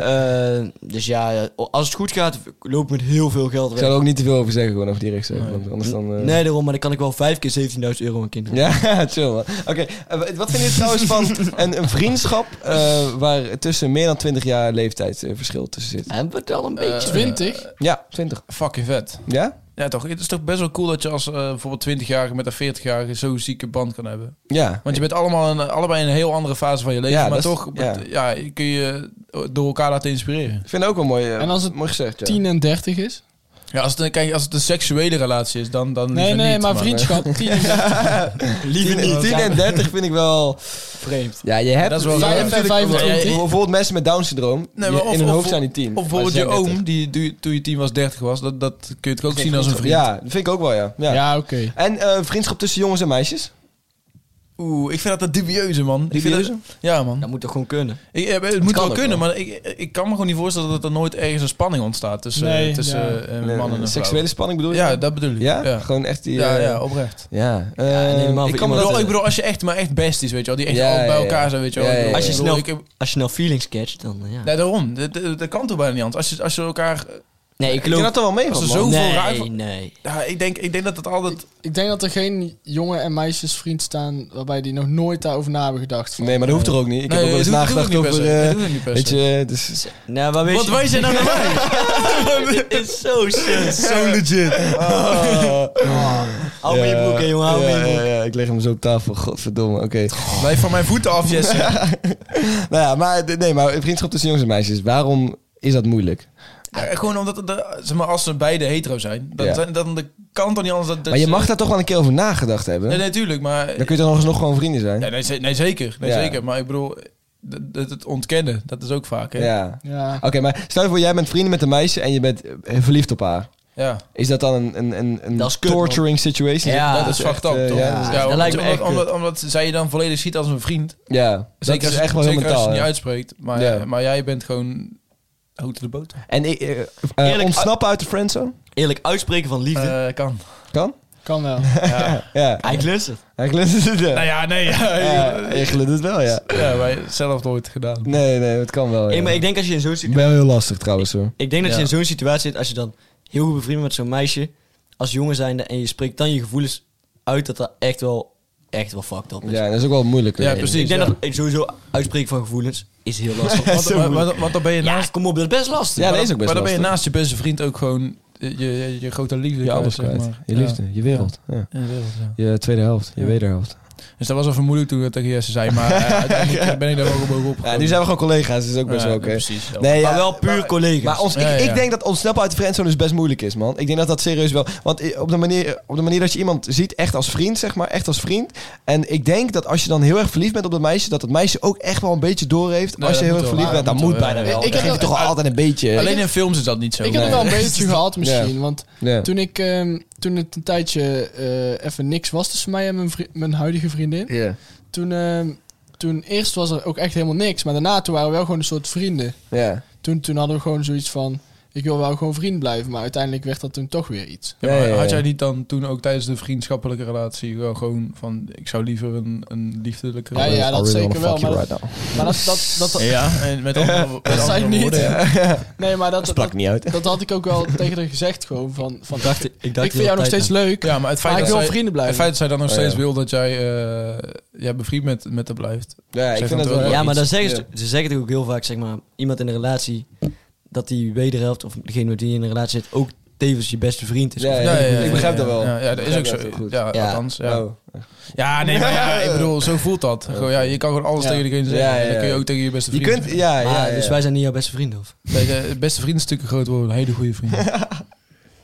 S4: Eh, dus ja, eh, als het goed gaat, loop ik met heel veel geld
S2: Ik
S4: weg.
S2: zou er ook niet te veel over zeggen, gewoon over die rechtszaak. Want anders dan. eh,
S4: Nee, daarom, maar dan kan ik wel vijf keer 17.000 euro aan kinderen.
S2: Ja, chill man. Oké, eh, wat vind je trouwens van een, een vriendschap eh, waar tussen meer dan 20 jaar leeftijdsverschil tussen zit?
S4: En wordt wel een
S3: Eh,
S4: beetje.
S5: 20?
S2: Ja, 20.
S3: Fucking vet.
S2: Ja?
S3: Ja, toch? Het is toch best wel cool dat je als eh, bijvoorbeeld 20-jarige met een 40-jarige zo'n zieke band kan hebben.
S2: Ja.
S3: Want je bent allemaal in, allebei in een heel andere fase van je leven.
S2: Ja,
S3: maar
S2: dat is-
S3: toch
S2: ja.
S3: ja. kun je door elkaar laten inspireren.
S2: Ik vind het ook wel mooi, eh,
S5: En als het
S2: mooi gezegd. Ja.
S5: 10 en 30 is?
S3: Ja, als het, een- kijk, als het een seksuele relatie is, dan, dan
S5: Nee,
S3: liever
S5: nee,
S3: niet, eh,
S5: maar vriendschap. 10 en 30.
S2: Tien-
S4: niet.
S2: 10 en 30 vind ik wel...
S3: eh,
S4: Vreemd.
S2: Ja, je hebt...
S3: dat is wel
S2: je
S3: raar.
S2: hebt natuurlijk-
S5: 25.
S2: Ja, Bijvoorbeeld mensen met Down-syndroom,
S3: Nee, maar
S2: je-
S3: of-
S2: in hun
S3: of-
S2: hoofd zijn die 10.
S3: Of bijvoorbeeld
S2: maar ze
S3: je
S2: zijn 30.
S3: oom, die, die- toen je tien was, 30 was. Dat, dat kun je toch ook zien als een vriend.
S2: Ja, dat vind ik ook wel, ja. ja.
S5: Ja, oké.
S2: En eh, vriendschap tussen jongens en meisjes?
S3: Oeh, ik vind dat een dubieuze, man. Ik vind dat-
S2: Dubieuze?
S3: ja, man.
S4: Dat moet toch gewoon kunnen?
S3: Ik, eh, het moet
S2: kan
S3: wel
S2: ook
S3: kunnen, maar ik, ik kan me gewoon niet voorstellen dat er nooit ergens een spanning ontstaat tussen,
S5: Nee,
S3: tussen
S5: ja.
S3: eh,
S2: Eh,
S3: mannen en
S2: Seksuele spanning bedoel je?
S3: vrouwen. Ja, dat bedoel ik.
S2: Ja?
S3: ja.
S2: Gewoon echt die...
S3: ja,
S2: eh,
S3: ja, oprecht.
S2: Ja, eh,
S4: en helemaal
S2: ik
S4: voor
S2: kan me
S3: Ik
S4: iemand-
S2: dat...
S3: bedoel, ik bedoel, als je echt maar echt besties, weet je wel, die echt
S2: Ja,
S3: al bij
S2: ja, ja.
S3: elkaar zijn, weet je wel.
S2: Ja, ja, ja.
S3: Ik
S2: Als je
S3: bedoel,
S4: snel-
S3: ik heb-
S4: Als je nou feelings catcht, dan eh, ja.
S3: nee, daarom. Dat- Dat dat kan toch bijna niet anders. Als je, als je elkaar...
S4: Nee, ik
S2: Ik vind dat er wel mee
S3: Als
S2: van,
S3: er
S2: man.
S3: zoveel
S4: nee,
S3: ruimte-
S4: nee.
S3: Ja, ik, denk, ik denk dat het altijd...
S5: Ik denk dat er geen jongen en meisjes vriend staan waarbij die nog nooit daarover na hebben gedacht. Van.
S2: Nee, maar dat hoeft er ook niet. Ik heb ook wel eens
S3: dat doe- dat
S2: nagedacht
S3: doe ik niet per
S2: over...
S3: se. Dat
S2: eh,
S3: doe ik niet per
S2: Weet
S3: se.
S2: je, dus...
S4: Nou, waar weet
S3: Want
S4: je...
S3: wij zijn nou erbij.
S4: Dit is zo shit.
S2: Zo legit.
S4: Hou me in je broek, hè, jongen. Hou me in je
S2: Ah. Ja,
S4: broek.
S2: ja, ja, ik leg hem zo op tafel. Godverdomme, oké.
S3: Blijf van mijn voeten af, Jesse.
S2: Nou ja, maar, nee, maar vriendschap tussen jongens en meisjes, waarom is dat moeilijk?
S3: Ja, Eh, gewoon omdat, het de, zeg maar, als ze beide hetero zijn, dan,
S2: Ja.
S3: zijn- dan de, kan toch niet anders dat... dat
S2: Maar je
S3: ze-
S2: mag daar toch wel een keer over nagedacht hebben?
S3: Nee, natuurlijk, maar...
S2: Dan kun je toch nog eens nog gewoon vrienden zijn?
S3: Ja, nee, ze- nee, zeker. Nee,
S2: Ja.
S3: zeker. Maar ik bedoel, dat- dat- het ontkennen, dat is ook vaak, hè?
S2: Ja.
S5: Ja.
S2: Oké, maar stel je voor, jij bent vrienden met een meisje en je bent eh, verliefd op haar.
S3: Ja.
S2: Is dat dan een, een, een, een
S4: Dat is kut,
S2: torturing situation?
S4: Ja,
S3: dat is fucked
S2: echt,
S3: up,
S2: eh,
S3: toch?
S2: ja,
S3: Ja,
S2: dat is-
S4: dat
S3: omdat-
S4: lijkt me echt
S3: omdat, omdat, omdat zij je dan volledig ziet als een vriend.
S2: Ja,
S3: zeker
S2: eh. dat is
S3: als,
S2: echt wel heel
S3: zeker als je
S2: mentaal.
S3: het niet
S2: hè.
S3: uitspreekt. Maar,
S2: Ja.
S3: maar jij bent gewoon... Houten de boot.
S2: En ik, eh, eh,
S3: ah-
S2: ontsnappen uit de friendzone?
S4: Eerlijk uitspreken van liefde.
S3: Eh, kan.
S2: Kan?
S5: Kan wel.
S3: Nou Ja.
S2: Ja.
S4: hij klust het.
S2: Hij glundert het wel.
S3: nou ja, nee. Ja,
S2: Ja, hij glundert het wel, ja.
S3: Ja, wij zelf nooit gedaan.
S2: Nee, nee, het kan wel.
S4: Hey,
S2: ja.
S4: maar ik denk als je in zo'n situ-
S2: Wel heel lastig trouwens hoor.
S4: ik denk dat je
S3: Ja.
S4: in zo'n situatie zit, als je dan heel goed bevriend bent met zo'n meisje, als jongen zijnde, en je spreekt dan je gevoelens uit, dat dat echt wel, echt wel fucked up is.
S2: Ja, dat is ook wel moeilijk.
S3: Ja,
S2: hoor.
S3: precies.
S4: ik denk
S3: ja.
S4: dat ik sowieso uitspreken van gevoelens is heel lastig.
S3: Want, want- want- want dan ben je
S4: ja,
S3: naast...
S4: kom op, dat is best lastig.
S2: Ja,
S3: maar
S2: dat is
S3: dan-
S2: ook best
S3: Maar dan ben je
S2: lastig.
S3: naast je beste vriend ook gewoon eh, je, je, je grote liefde.
S2: Je alles
S3: zeg
S2: kwijt.
S3: maar.
S2: Je
S3: Ja.
S2: liefde, je wereld. Ja.
S3: Ja, de wereld, ja.
S2: Je tweede helft, je
S3: Ja.
S2: wederhelft.
S3: Dus dat was even moeilijk toen ik dat tegen Jesse zei. Maar eh, uiteindelijk ben ik daar ook op opgekomen.
S2: Ja, nu zijn we gewoon collega's, dus is ook best
S3: Ja,
S2: wel oké.
S3: Precies. ja.
S2: Nee,
S4: maar
S2: ja,
S4: wel puur collega's.
S2: Maar ons,
S3: Ja,
S2: ik,
S3: ja.
S2: ik denk dat ontsnappen uit de friendzone dus best moeilijk is, man. Ik denk dat dat serieus wel... Want i- op de, manier, op de manier dat je iemand ziet, echt als vriend, zeg maar. Echt als vriend. En ik denk dat als je dan heel erg verliefd bent op dat meisje... dat dat meisje ook echt wel een beetje doorheeft.
S3: Nee,
S2: als je
S3: dat
S2: heel erg
S3: moet wel.
S2: verliefd bent, dat moet bijna
S3: ja.
S2: wel.
S5: Ik-
S2: Ik
S5: ik
S2: geef
S5: heb
S2: je toch
S5: wel-
S2: wel altijd een beetje...
S3: Alleen in films is dat niet zo.
S5: Ik heb het wel een beetje gehad misschien. Want
S2: Ja.
S5: toen ik ehm, toen het een tijdje eh, even niks was tussen mij en mijn, vri- mijn huidige vriendin.
S2: Ja.
S5: Toen, ehm, toen eerst was er ook echt helemaal niks. Maar daarna toen waren we wel gewoon een soort vrienden.
S2: Ja.
S5: Toen, toen hadden we gewoon zoiets van. Ik wil wel gewoon vriend blijven. Maar uiteindelijk werd dat toen toch weer iets.
S3: Ja, maar
S2: Ja, ja, ja.
S3: Had jij niet dan toen ook tijdens de vriendschappelijke relatie wel gewoon van... Ik zou liever een, een liefdelijke
S5: Ja, ja, dat
S2: I really wanna
S5: zeker wel.
S2: fuck
S5: Maar
S2: you
S5: dat,
S2: right now.
S5: maar dat, dat, dat,
S3: Ja, en met andere, met
S5: dat zei ik
S3: andere
S5: niet.
S3: woorden, ja.
S5: Nee, maar dat,
S2: Sprak
S5: dat,
S2: niet uit.
S5: dat had ik ook wel tegen haar gezegd. Gewoon van. van
S4: ik dacht, ik, dacht
S5: ik vind jou nog steeds leuk.
S3: Ja, maar het feit
S5: maar ik
S3: dat
S5: wil
S3: zij-
S5: vrienden blijven.
S3: Het feit dat zij dan nog
S2: Oh,
S3: steeds
S2: ja.
S3: wil dat jij, eh, jij bevriend met, met haar blijft.
S2: Ja, ik
S3: Zeg
S2: vind
S3: dat
S2: dat wel...
S3: wel.
S4: Ja, maar dan
S2: iets-
S4: zeggen ze, ze zeggen het ook heel vaak, zeg maar, iemand in een relatie, dat die wederhelft, of degene met wie je in een relatie zit, ook tevens je beste vriend is.
S2: Ja,
S4: Of-
S2: ja, ja. ik begrijp dat wel.
S3: Ja, ja,
S2: Ik
S3: dat is ook
S2: begrijp
S3: zo.
S2: dat heel goed.
S3: Ja,
S4: Ja.
S3: althans. Ja.
S2: Oh.
S3: Ja, nee, maar ja, ik bedoel, zo voelt dat. Gewoon, ja, je kan gewoon alles
S5: Ja.
S3: tegen degene zeggen.
S2: Ja, ja,
S3: En dan kun je
S2: ja.
S3: ook tegen je beste
S2: Je
S3: vriend.
S2: kunt... Ja,
S4: Maar,
S2: ja, ja.
S4: Dus wij zijn niet jouw beste vrienden, of?
S3: Nee, de beste vriend is natuurlijk een groot woord. Een hele goede vriend.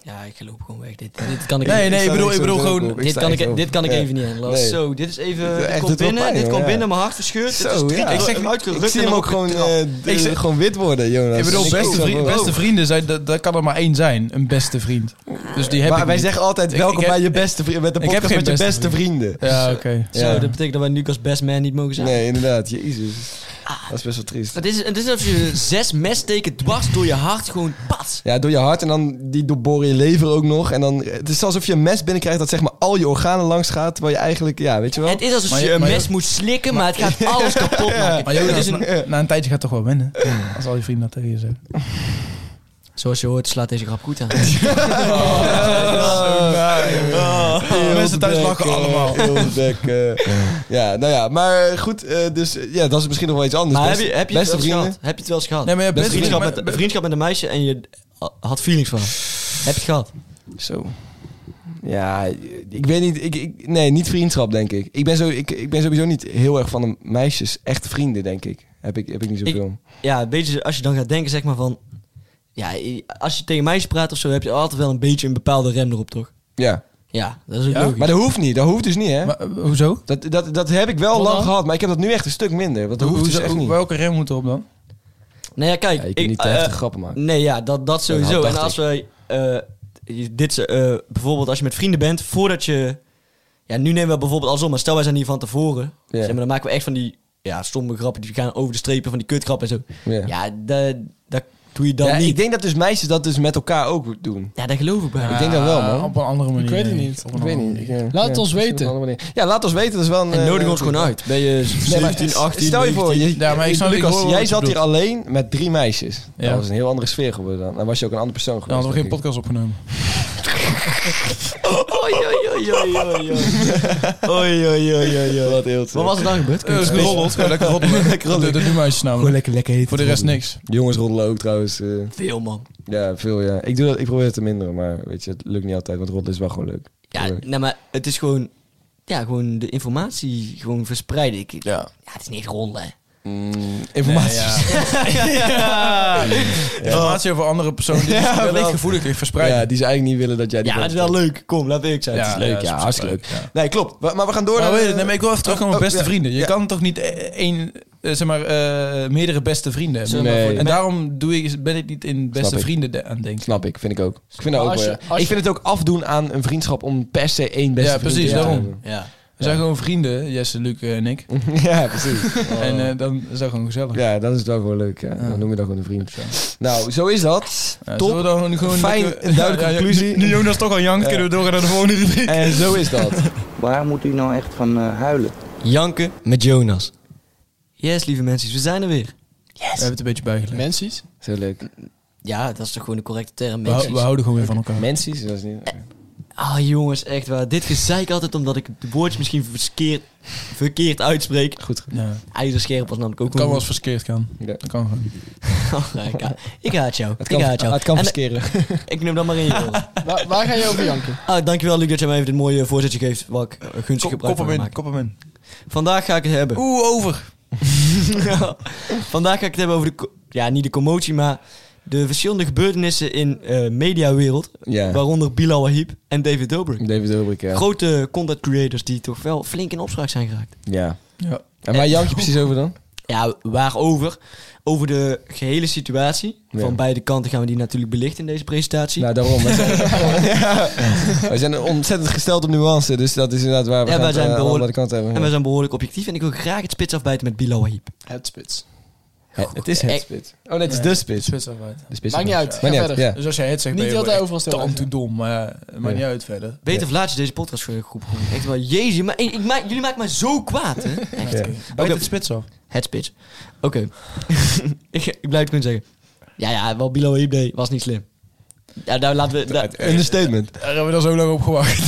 S4: Ja, ik loop gewoon weg. Dit, dit kan ik
S3: Nee, nee, ik
S2: sta
S3: bedoel,
S2: echt
S3: ik
S2: zo
S3: bedoel
S2: te
S3: gewoon...
S2: roepen.
S4: Dit
S2: sta
S4: kan,
S2: echt
S4: ik, e-
S2: op.
S4: dit kan ik
S2: Ja.
S4: even niet handelen.
S2: Nee.
S4: Zo, dit is even.
S2: Echt,
S4: Dit
S2: dit
S4: komt
S2: wordt
S4: binnen,
S2: pijn,
S4: dit
S2: jongen,
S4: komt
S2: ja.
S4: binnen, mijn hart is gescheurd. Dit
S2: Zo,
S4: is
S2: ja.
S4: Ik
S2: Ik
S3: zeg-
S4: zeg uitgerukt.
S2: Ik zie hem ook gewoon, eh,
S3: Ik zeg-
S2: gewoon wit worden, Jonas. Oh.
S3: Ik bedoel,
S2: Dat is
S3: beste,
S2: ook zo
S3: vriend,
S2: gewoon.
S3: beste vrienden, zijn, dat, dat kan er maar één zijn. Een beste vriend. Dus die heb
S2: maar
S3: ik
S2: wij
S3: niet.
S2: zeggen altijd
S3: Ik-
S2: welkom
S3: ik heb-
S2: bij je beste vrienden. Met de
S3: Ik heb
S2: podcast
S3: geen
S2: met je
S3: beste
S2: beste vrienden.
S3: Ja, oké.
S2: Ja.
S4: Zo, dat betekent dat wij nu als best man niet mogen zijn.
S2: Nee, inderdaad. Jezus. Dat is best wel triest.
S4: Het is, het is alsof je zes messteken dwars door je hart gewoon pas.
S2: Ja, door je hart en dan die doorboren je lever ook nog. En dan, het is alsof je een mes binnenkrijgt dat zeg maar al je organen langs gaat. Terwijl je eigenlijk, ja, weet je wel.
S4: Het is alsof
S3: Maar je-
S4: je een
S3: maar je-
S4: mes moet slikken, maar het gaat alles kapot maken.
S3: Maar Jonas,
S4: Het is een-
S3: na, na een tijdje gaat het toch wel wennen. Als al je vrienden dat tegen je zeggen.
S4: Zoals je hoort, slaat deze grap goed aan.
S2: Heel
S3: Mensen thuis
S2: bek,
S3: lachen
S2: eh,
S3: allemaal.
S2: heel bek, eh. Ja, nou ja. Maar goed, eh, dus ja, dat is misschien nog wel iets anders.
S4: Maar heb
S2: Best-
S4: je, heb je,
S2: beste
S4: het, wel eens
S2: vrienden.
S4: gehad? heb je het wel eens gehad?
S3: Nee, maar ja, beste
S4: vriendschap,
S3: vrienden-
S4: met, vriendschap met een meisje en je had feelings van. Heb je het gehad?
S2: Zo. Ja, ik weet niet. Ik, ik, nee, niet vriendschap, denk ik. Ik ben, zo, ik, ik ben sowieso niet heel erg van de meisjes. Echt vrienden, denk ik. Heb ik, heb ik niet zoveel.
S4: ja, een beetje als je dan gaat denken, zeg maar van. Ja, als je tegen meisjes praat of zo, heb je altijd wel een beetje een bepaalde rem erop, toch?
S2: Ja.
S4: Ja, dat is ook
S3: Ja?
S4: logisch.
S2: Maar dat hoeft niet. Dat hoeft dus niet, hè?
S3: Maar, eh, hoezo?
S2: dat, dat, dat heb ik wel
S5: Wat
S2: lang
S5: dan?
S2: gehad, maar ik heb dat nu echt een stuk minder. Want dat hoeft dus
S3: Hoezo-
S2: echt
S3: hoe-
S2: niet.
S3: Welke rem moet erop dan?
S4: nee, ja, kijk.
S2: Ja, je kunt niet te
S4: eh,
S2: heftig grappen maken.
S4: Nee, ja, dat, dat sowieso.
S2: dacht
S4: en als wij. eh, dit, is, eh, bijvoorbeeld als je met vrienden bent, voordat je. Ja, nu nemen we bijvoorbeeld alles om, maar stel wij zijn hier van tevoren.
S2: Ja.
S4: Zeg maar, dan maken we echt van die. Ja, stomme grappen die gaan over de strepen van die kutgrappen en zo.
S2: Ja.
S4: Ja, dat dat doe je dan
S2: Ja,
S4: niet.
S2: Ik denk dat dus meisjes dat dus met elkaar ook doen.
S4: Ja, dat geloof ik bijna.
S2: Ik denk dat wel, man.
S3: Ah, Op een andere manier.
S5: Ik weet het
S3: nee.
S5: niet.
S3: Op een
S2: Ik weet
S3: andere
S2: niet.
S3: manier.
S2: ik, eh,
S5: Laat het ons
S2: misschien op
S5: weten.
S2: een andere manier. Ja, laat ons weten. Dat is wel een...
S4: En
S2: eh,
S4: nodig
S2: een
S4: ons
S2: goede.
S4: gewoon uit. Ben je 17, 18?
S2: Stel je voor, je,
S3: Ja, maar ik snap- ik
S2: Lucas,
S3: hoor wat
S2: jij
S3: je
S2: zat hier
S3: bedoelt.
S2: alleen met drie meisjes.
S3: Ja.
S2: Dat was een heel andere sfeer geworden dan. Dan was je ook een ander persoon
S3: Dan
S2: geweest.
S3: hadden we geen
S2: denk ik.
S3: podcast opgenomen.
S4: Oei, oei, oei, oei, oei. Oei, oei, oei, oei, oei.
S2: Wat heel
S4: Wat was er dan gebeurd?
S3: Eh, Het roddelt. Ja, Lekker roddelen. Lekker roddelen. Dat doen meisjes namelijk.
S2: lekker, lekker heet.
S3: Voor de rest niks.
S2: Jongens roddelen ook trouwens. eh,
S4: Veel, man.
S2: ja, veel ja. Ik, doe dat, ik probeer het te minderen, maar weet je, het lukt niet altijd. Want roddelen is wel gewoon leuk.
S4: Ja, nou, maar het is gewoon, ja, gewoon de informatie gewoon verspreiden. Ik, ja.
S3: Ja.
S4: het is niet rollen.
S2: Informatie.
S3: ja. Informatie over andere personen die
S2: Ja,
S3: wellicht
S2: wel.
S3: gevoelig is verspreid.
S2: ja, die ze eigenlijk niet willen dat jij die
S4: Ja, het is wel leuk. Kom, laat ik zijn.
S3: Ja,
S4: het is Oh,
S2: Leuk,
S3: dat is
S2: ja, hartstikke leuk.
S3: superleuk,
S2: Nee, klopt. Maar, maar we gaan door
S3: Maar
S2: naar...
S3: weet je, nee, maar ik wil even terug naar mijn
S2: Oh,
S3: beste
S2: ja.
S3: vrienden. Je
S2: Ja.
S3: kan toch niet eh, één, eh, zeg maar, eh, meerdere beste vrienden hebben.
S2: Zullen we Nee. voor-
S3: En daarom doe ik, ben ik niet in beste
S2: Snap ik.
S3: vrienden de- aan denken.
S2: Snap ik, vind ik ook. Ik vind, dat ook
S5: Als
S2: wel,
S5: je-
S2: ja.
S5: als je-
S2: ik vind het ook afdoen aan een vriendschap om per se één beste
S3: Ja,
S2: vriend
S3: precies,
S2: te
S3: daarom.
S2: hebben.
S4: Ja.
S3: We zijn gewoon vrienden, Jesse, Luc eh, en ik.
S2: ja, precies.
S3: En eh, dan is dat gewoon gezellig. Ja.
S2: Ja, dat is wel gewoon leuk. Ja. Dan noemen we dat gewoon een vriend. Nou, zo is dat.
S3: zullen we
S2: Top.
S3: dan gewoon- gewoon
S2: Fijn,
S3: lekker-
S2: een duidelijke
S3: Ja, ja,
S2: conclusie.
S3: Nu Jonas toch al jankt, kunnen we doorgaan naar de volgende rubriek.
S2: En zo is dat.
S6: Waar moet u nou echt van eh, huilen?
S4: Janken met Jonas. Yes, lieve mensen, we zijn er weer.
S3: We hebben het een beetje bijgelegd.
S5: Mensies?
S2: Zo leuk.
S4: Ja, dat is toch gewoon de correcte term.
S3: We, hou-
S4: mensen.
S3: we houden gewoon weer van elkaar.
S2: Mensies, dat is niet...
S4: Ah jongens, echt waar. Dit gezeik altijd omdat ik de woordjes misschien verkeerd, verkeerd uitspreek. Goed.
S3: Ja.
S4: IJzerscherp was namelijk ook
S3: Het kan wel
S4: een-
S3: eens verkeerd gaan.
S2: Ja.
S3: Dat kan gewoon.
S4: Ah, ik ha- ik haat jou.
S2: Het
S4: ik
S2: kan,
S4: haat jou.
S2: het kan
S4: En,
S2: verskeren.
S4: eh, ik neem dat maar in je oren.
S5: Waar, waar ga je over janken?
S4: Ah, dankjewel Luc dat jij mij even dit mooie voorzetje geeft waar ik eh, gunstig
S3: Kop,
S4: gebruik van
S3: kop hem
S4: ga
S3: in,
S4: maken.
S3: kop hem in.
S4: Vandaag ga ik het hebben.
S3: Oeh, over.
S4: Vandaag ga ik het hebben over de... co- Ja, niet de commotie, maar de verschillende gebeurtenissen in eh mediawereld.
S2: Ja.
S4: Waaronder Bilal Wahib en David Dobrik.
S2: David Hilbrink, ja.
S4: Grote content creators die toch wel flink in opspraak zijn geraakt.
S2: ja.
S3: Ja.
S2: En waar jank je precies over dan?
S4: Ja, waarover? Over de gehele situatie.
S2: Ja.
S4: Van beide kanten gaan we die natuurlijk belichten in deze presentatie.
S2: Nou, daarom. We zijn, Ja. we zijn ontzettend gesteld op nuance, dus dat is inderdaad waar we
S4: Ja,
S2: gaan
S4: wij zijn
S2: eh, allemaal
S4: behoorlijk-
S2: de kant hebben.
S4: en we zijn behoorlijk objectief en ik wil graag het spits afbijten met Bilal Wahib.
S5: Het spits.
S2: Het, het is het
S4: Eh,
S2: spits. Oh nee, het is de spits.
S3: Spitsafheid.
S2: De spits
S5: Maakt niet uit. Ga
S2: Maakt niet uit,
S5: verder.
S2: ja.
S3: Dus als jij het zegt,
S5: Niet
S3: ben je
S5: dat
S3: wel
S5: hij
S3: echt
S5: overal stil
S3: tam
S5: uit-
S3: toe dom, maar eh, maakt niet uit verder.
S4: Beter of laat je deze podcastgroep gewoon. Echt wel, jezus, maar, ik, ik maak, jullie maken mij zo kwaad, hè? Echt.
S2: Ja.
S3: Bij
S4: Oké.
S3: het spits af.
S4: Het spits. Oké. ik, ik blijf het kunnen zeggen. Ja, ja, wel Bilal Wahib deed, was niet slim. Ja, daar laten we... daar-
S2: Understatement.
S3: Daar hebben we dan zo lang op gewacht.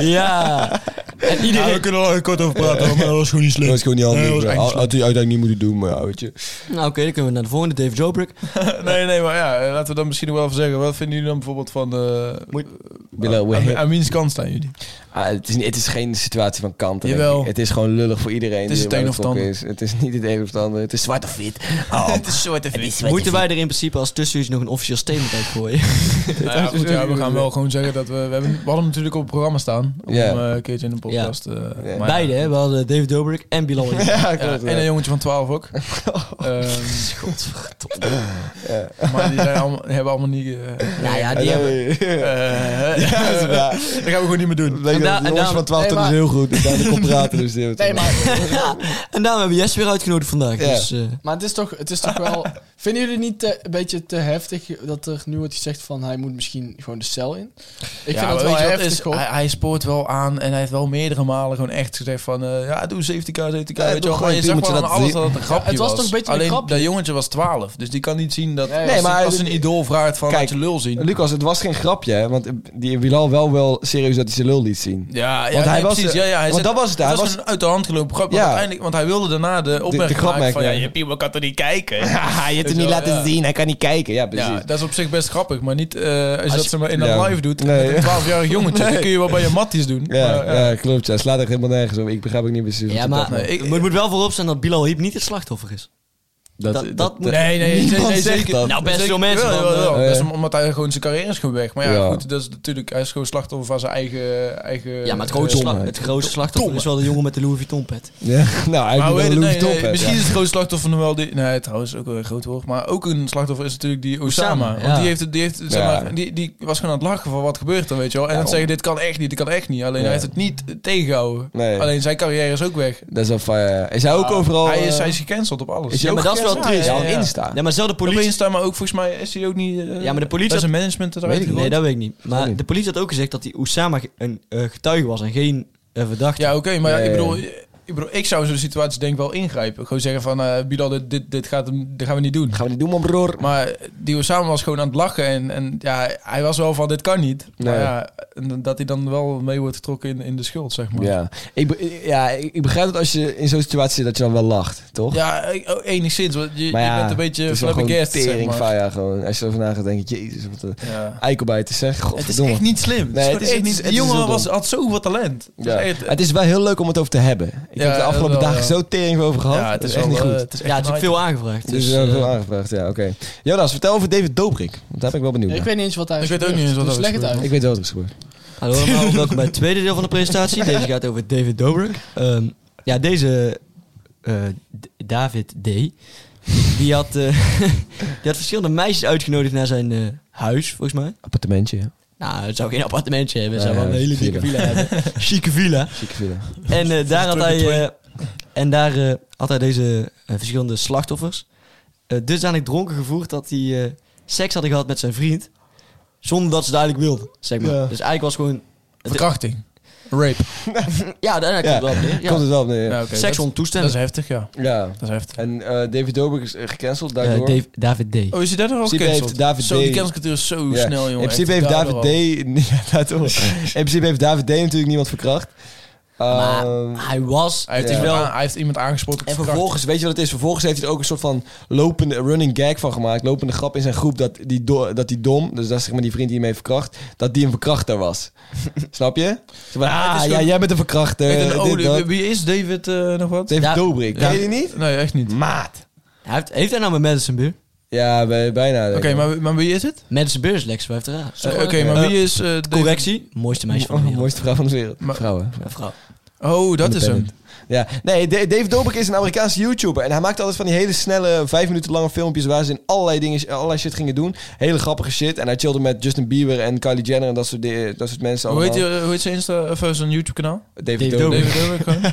S4: ja. En
S3: Ja, we
S4: iedereen...
S3: kunnen er al heel kort over praten, hoor, maar dat was gewoon niet
S2: Dat
S3: slim.
S2: was gewoon niet handig.
S3: Nee, dat was echt
S2: had hij uiteindelijk niet moeten doen, maar ja, weet je.
S4: Nou, oké, dan kunnen we naar de volgende. Dave Dobrik.
S3: niet slim. Nee, nee, maar ja, eh, laten we dan misschien nog wel even zeggen. Wat vinden jullie dan bijvoorbeeld van eh
S4: Moet-
S2: Bilal Wahib.
S3: aan, aan wiens kant staan jullie?
S2: Ah, het, is, niet- het is geen situatie van kanten. denk
S3: Jawel.
S2: ik. Het is gewoon lullig voor iedereen.
S3: is
S2: die
S3: het een
S2: erbij
S3: of het
S2: betrokken
S3: ander.
S2: is. Het is niet het een of het ander. Het is zwart of wit. Oh.
S3: Het is soort even iets.
S4: Moeten wij er in principe als tussenuurtje nog een officieel statement uit gooien?
S3: Nou, ja, goed, ja, we gaan wel gewoon zeggen dat we... We, hebben, we hadden hem natuurlijk op het programma staan. Om
S2: Ja.
S3: hem, eh, een keertje in de podcast. eh, maar ja.
S4: Beide, hè? We hadden David Dobrik en Bilal Wahib.
S2: Ja,
S3: Ja,
S2: klopt.
S3: en eh, een jongetje van 12 ook. Ehm, maar die, zijn allemaal, die hebben allemaal niet... eh,
S4: Nou ja,
S2: En
S4: die
S2: dan-
S4: hebben...
S3: eh, dat gaan we gewoon niet meer doen.
S2: Lekker,
S4: En daar-
S2: die
S4: en
S2: jongens
S4: daar-
S2: van 12
S5: nee,
S2: ton is
S5: maar-
S2: heel goed. Ik ben de praten, dus die hebben het
S5: Nee, maar,
S4: En daarom hebben we Jess weer uitgenodigd vandaag.
S2: Ja.
S4: Dus, eh,
S5: maar het, is toch, het is toch wel... Vinden jullie niet te- een beetje te heftig dat er nu wordt gezegd van... hij moet misschien gewoon de cel in? Ik vind dat
S3: maar
S5: wel
S3: weet je wat
S5: heftig,
S3: is,
S5: hoor.
S3: hij, hij spoort wel aan en hij heeft wel meerdere malen gewoon echt gezegd van... eh, ja, doe 70k, 70k.
S2: Ja,
S3: weet je
S2: doe
S3: wel,
S2: gewoon
S3: maar je
S2: een
S3: zag
S2: piemeltje
S3: wel aan
S2: dat zien.
S3: alles dat het een grapje
S5: het was toch een beetje een
S3: Alleen
S5: grapje?
S3: dat jongetje was 12, dus die kan niet zien dat...
S5: Ja, ja.
S3: als,
S2: Nee, maar-
S3: een- als een idool vraagt van
S2: Kijk,
S3: laat je lul zien.
S2: Lucas, het was geen grapje, hè? Want die Bilal wel wel serieus dat hij zijn lul liet zien.
S3: Ja, ja,
S2: Want hij
S3: nee,
S2: was- eh,
S3: precies. Ja, ja, hij
S2: want
S3: zegt-
S2: dat was het, hij
S3: was,
S2: was-
S3: een uit de hand gelopen grap. Want,
S2: Ja.
S3: uiteindelijk, want hij wilde daarna de opmerking
S2: grap
S3: maken van... Ja,
S2: maken, ja.
S3: je piemel kan toch niet kijken?
S2: Haha, je hebt hem
S3: Weet
S2: niet
S3: je wel,
S2: laten
S3: ja.
S2: zien, hij kan niet kijken. Ja, precies.
S3: Ja, dat is op zich best grappig, maar niet eh, als, je dat ze maar in
S2: ja.
S3: een live doet.
S2: Nee.
S3: Met een 12-jarig jongetje, dat kun je wel bij je matties doen.
S2: Ja,
S3: Maar, eh, ja.
S2: ja, klopt. Ja, slaat echt helemaal nergens op. Ik begrijp ook niet precies
S4: ja,
S2: wat
S4: maar
S3: nee, ik-
S4: het moet- moet wel voorop staan dat Bilal Hiep niet het slachtoffer is.
S2: dat,
S4: dat- dat moet-
S3: Nee, nee,
S2: Niemand
S3: nee, nee,
S2: zegt
S3: zeker.
S2: dat.
S4: Nou, best
S3: Zeker-
S4: veel mensen.
S3: Wel,
S4: want,
S3: wel, wel.
S4: eh,
S2: eh,
S3: Dat is om- omdat hij gewoon zijn carrière is gewoon weg. Maar ja,
S2: Ja.
S3: goed, dat is natuurlijk, hij is gewoon slachtoffer van zijn eigen... eigen
S4: ja, maar het grootste,
S3: eh,
S4: sla-
S2: domheid.
S4: het grootste slachtoffer is wel de jongen met de Louis Vuitton pet.
S2: Ja, nou, hij
S3: Maar
S2: doet wel
S3: weet het,
S2: een
S3: Oh, nee,
S2: top,
S3: nee, misschien is het groot slachtoffer nog wel die... Nee, trouwens, ook wel een groot woord. Maar ook een slachtoffer is natuurlijk die Osama.
S4: Osama,
S3: Want
S4: ja.
S3: die, heeft, het- die, heeft, zeg
S2: Ja.
S3: maar, die, die was gewoon aan het lachen van wat gebeurt er, weet je wel. En dan zeggen, dit kan echt niet, dit kan echt niet. Alleen
S2: Ja.
S3: hij heeft het niet tegengehouden.
S2: Nee.
S3: Alleen zijn carrière is ook weg.
S2: Dat is wel fijn, ja. Is hij ook overal...
S3: hij, is,
S2: eh,
S3: hij is gecanceld op alles.
S2: is hij
S4: Ja,
S2: ook
S4: maar dat is wel
S2: gecanceld?
S3: triest.
S2: Ja, op
S3: Ja, ja.
S2: Insta.
S4: Ja, maar zelf de
S3: Politie. Op
S4: politie...
S3: Insta, maar ook volgens mij is hij ook niet... eh,
S4: Ja, maar de politie
S3: dat
S4: had-
S3: zijn management eruit gegooid.
S4: Nee, dat weet ik niet.
S2: Sorry.
S4: Maar de politie had ook gezegd dat die Oussama ge- een eh, getuige was en geen eh, verdachte.
S3: Ja, oké, maar ja,
S2: Ja,
S3: ik
S2: ja,
S3: bedoel, ik, bedoel, ik zou in zo'n situatie denk ik wel ingrijpen. Gewoon zeggen van, eh Bilal, dit, dit, dit, gaat, hem- dit gaan we niet doen.
S2: Gaan we niet doen, man, broer.
S3: Maar die samen was gewoon aan het lachen. En, en ja, hij was wel van, dit kan niet. Maar
S2: Nee.
S3: ja, en dat hij dan wel mee wordt getrokken in, in de schuld, zeg maar.
S2: Ja, ik, be- ja, ik ik begrijp dat als je in zo'n situatie zit, dat je dan wel lacht, toch?
S3: Ja, eh, oh, enigszins. Want je,
S2: Maar
S3: je
S2: ja,
S3: bent een
S2: het
S3: beetje
S2: is wel gewoon
S3: flabbergasted, zeg maar.
S2: teringvaar, ja, gewoon. Als je erover na gaat denken, jezus, wat een
S3: Ja.
S2: eikelbijter zeg.
S3: Het is
S2: Godverdomme.
S3: echt niet slim.
S2: Nee,
S3: het is
S2: het is-
S3: gewoon echt
S2: het is-
S3: niet,
S2: het
S3: die
S2: is heel
S3: jongen
S2: dom.
S3: was, had zoveel talent. Het is
S2: Ja.
S3: echt-
S2: Het is wel heel leuk om het over te hebben. Ik
S3: Ja,
S2: heb de afgelopen
S3: wel,
S2: dagen
S3: ja.
S2: zo tering over gehad.
S3: ja,
S2: het is, echt niet
S3: wel,
S2: goed.
S3: eh, het is echt
S4: Ja,
S3: een
S4: het is ook
S3: item.
S4: veel aangevraagd.
S2: dus
S4: Dus,
S2: eh,
S4: eh,
S2: veel aangevraagd, ja, oké. Jonas, vertel over David Dobrik. Want daar ben ik wel benieuwd
S5: ik
S2: naar.
S5: weet niet eens wat daar
S3: Ik weet ook niet eens wat
S5: er
S3: daar is
S5: slecht
S3: gebeurd.
S5: Dus uit.
S2: Ik weet wel wat er is gebeurd.
S4: Hallo allemaal, welkom bij het tweede deel van de presentatie. Deze gaat over David Dobrik. Ehm, ja, deze eh, D- David D. Die had, eh, die had verschillende meisjes uitgenodigd naar zijn eh, huis, volgens mij.
S2: Appartementje, ja.
S4: Nou, het zou geen appartementje hebben. Het
S2: Nee,
S4: zou wel een hele
S2: villa.
S4: dikke villa hebben. Chique villa.
S2: Chique villa.
S4: En eh, daar, had
S3: Terug
S4: hij,
S3: in
S4: eh, en daar eh, had hij deze eh, verschillende slachtoffers eh dusdanig dronken gevoerd dat hij eh, seks hadden gehad met zijn vriend. Zonder dat ze het eigenlijk wilden, zeg maar.
S2: Ja.
S4: Dus eigenlijk was gewoon...
S3: Verkrachting. Rape.
S4: Ja, daar komt het
S2: Ja,
S4: wel op neer. Ja.
S2: Komt het wel op neer. Ja.
S3: Ja, oké,
S4: seks
S3: dat,
S4: zonder
S3: dat
S4: toestemming.
S3: is heftig, ja.
S2: ja.
S3: Dat is heftig.
S2: En eh, David Dobrik is eh, gecanceld daardoor.
S4: Eh, Dave- David D.
S3: Oh, is hij daar nog al
S2: principe heeft
S3: gecanceld?
S2: David
S3: Zo, die
S2: D-
S3: cancelcultuur is zo
S2: Ja.
S3: snel, jongen.
S2: In principe heeft
S3: Daardoor
S2: David D.
S3: al.
S2: Ja, daardoor. In principe heeft David D. natuurlijk niemand verkracht.
S4: Maar
S2: Ehm,
S4: hij was...
S3: Hij heeft,
S2: Ja.
S3: iemand, aan- hij heeft iemand aangespoord op
S2: En
S3: verkrachting.
S2: vervolgens, weet je wat het is? Vervolgens heeft hij er ook een soort van lopende running gag van gemaakt. Lopende grap in zijn groep dat die, do- dat die dom, dus dat is zeg maar die vriend die hem heeft verkracht, dat die een verkrachter was. Snap je? Zeg maar,
S3: Ja, het
S2: ah,
S3: is
S2: ja,
S3: gewoon-
S2: jij bent een verkrachter.
S3: Weet je,
S2: eh, dit,
S3: oh, wie-
S2: dat.
S3: wie is David eh, nog wat?
S2: David
S4: Ja.
S2: Dobrik.
S3: Ja.
S2: Ken je die niet?
S3: Nee, echt niet.
S2: Maat.
S4: Hij heeft, heeft hij nou met Madison Beer?
S2: Ja, bij- bijna. denk
S3: Oké,
S2: ik.
S3: maar, maar wie is het?
S4: Madison Beer is Lex Wijf eraan.
S3: Eh, Oké, maar wie is... eh, David-
S4: Correctie. Mooiste meisje van de
S2: Mo-
S4: wereld.
S2: mooiste vrouw van de wereld.
S3: Maar-
S2: Vrouw, hè?
S4: Ja, vrouw.
S3: Oh, dat is hem.
S2: Ja, nee, Da- Dave Dobrik is een Amerikaanse YouTuber. En hij maakt altijd van die hele snelle, vijf minuten lange filmpjes... waar ze in allerlei, dingen, allerlei shit gingen doen. Hele grappige shit. En hij chillde met Justin Bieber en Kylie Jenner en dat soort, di- dat soort mensen
S3: Hoe heet,
S2: allemaal.
S3: je, hoe heet zijn Insta, of eh, zijn YouTube-kanaal?
S2: David,
S4: Dave
S2: Dobrik.
S3: David Dobrik, gewoon?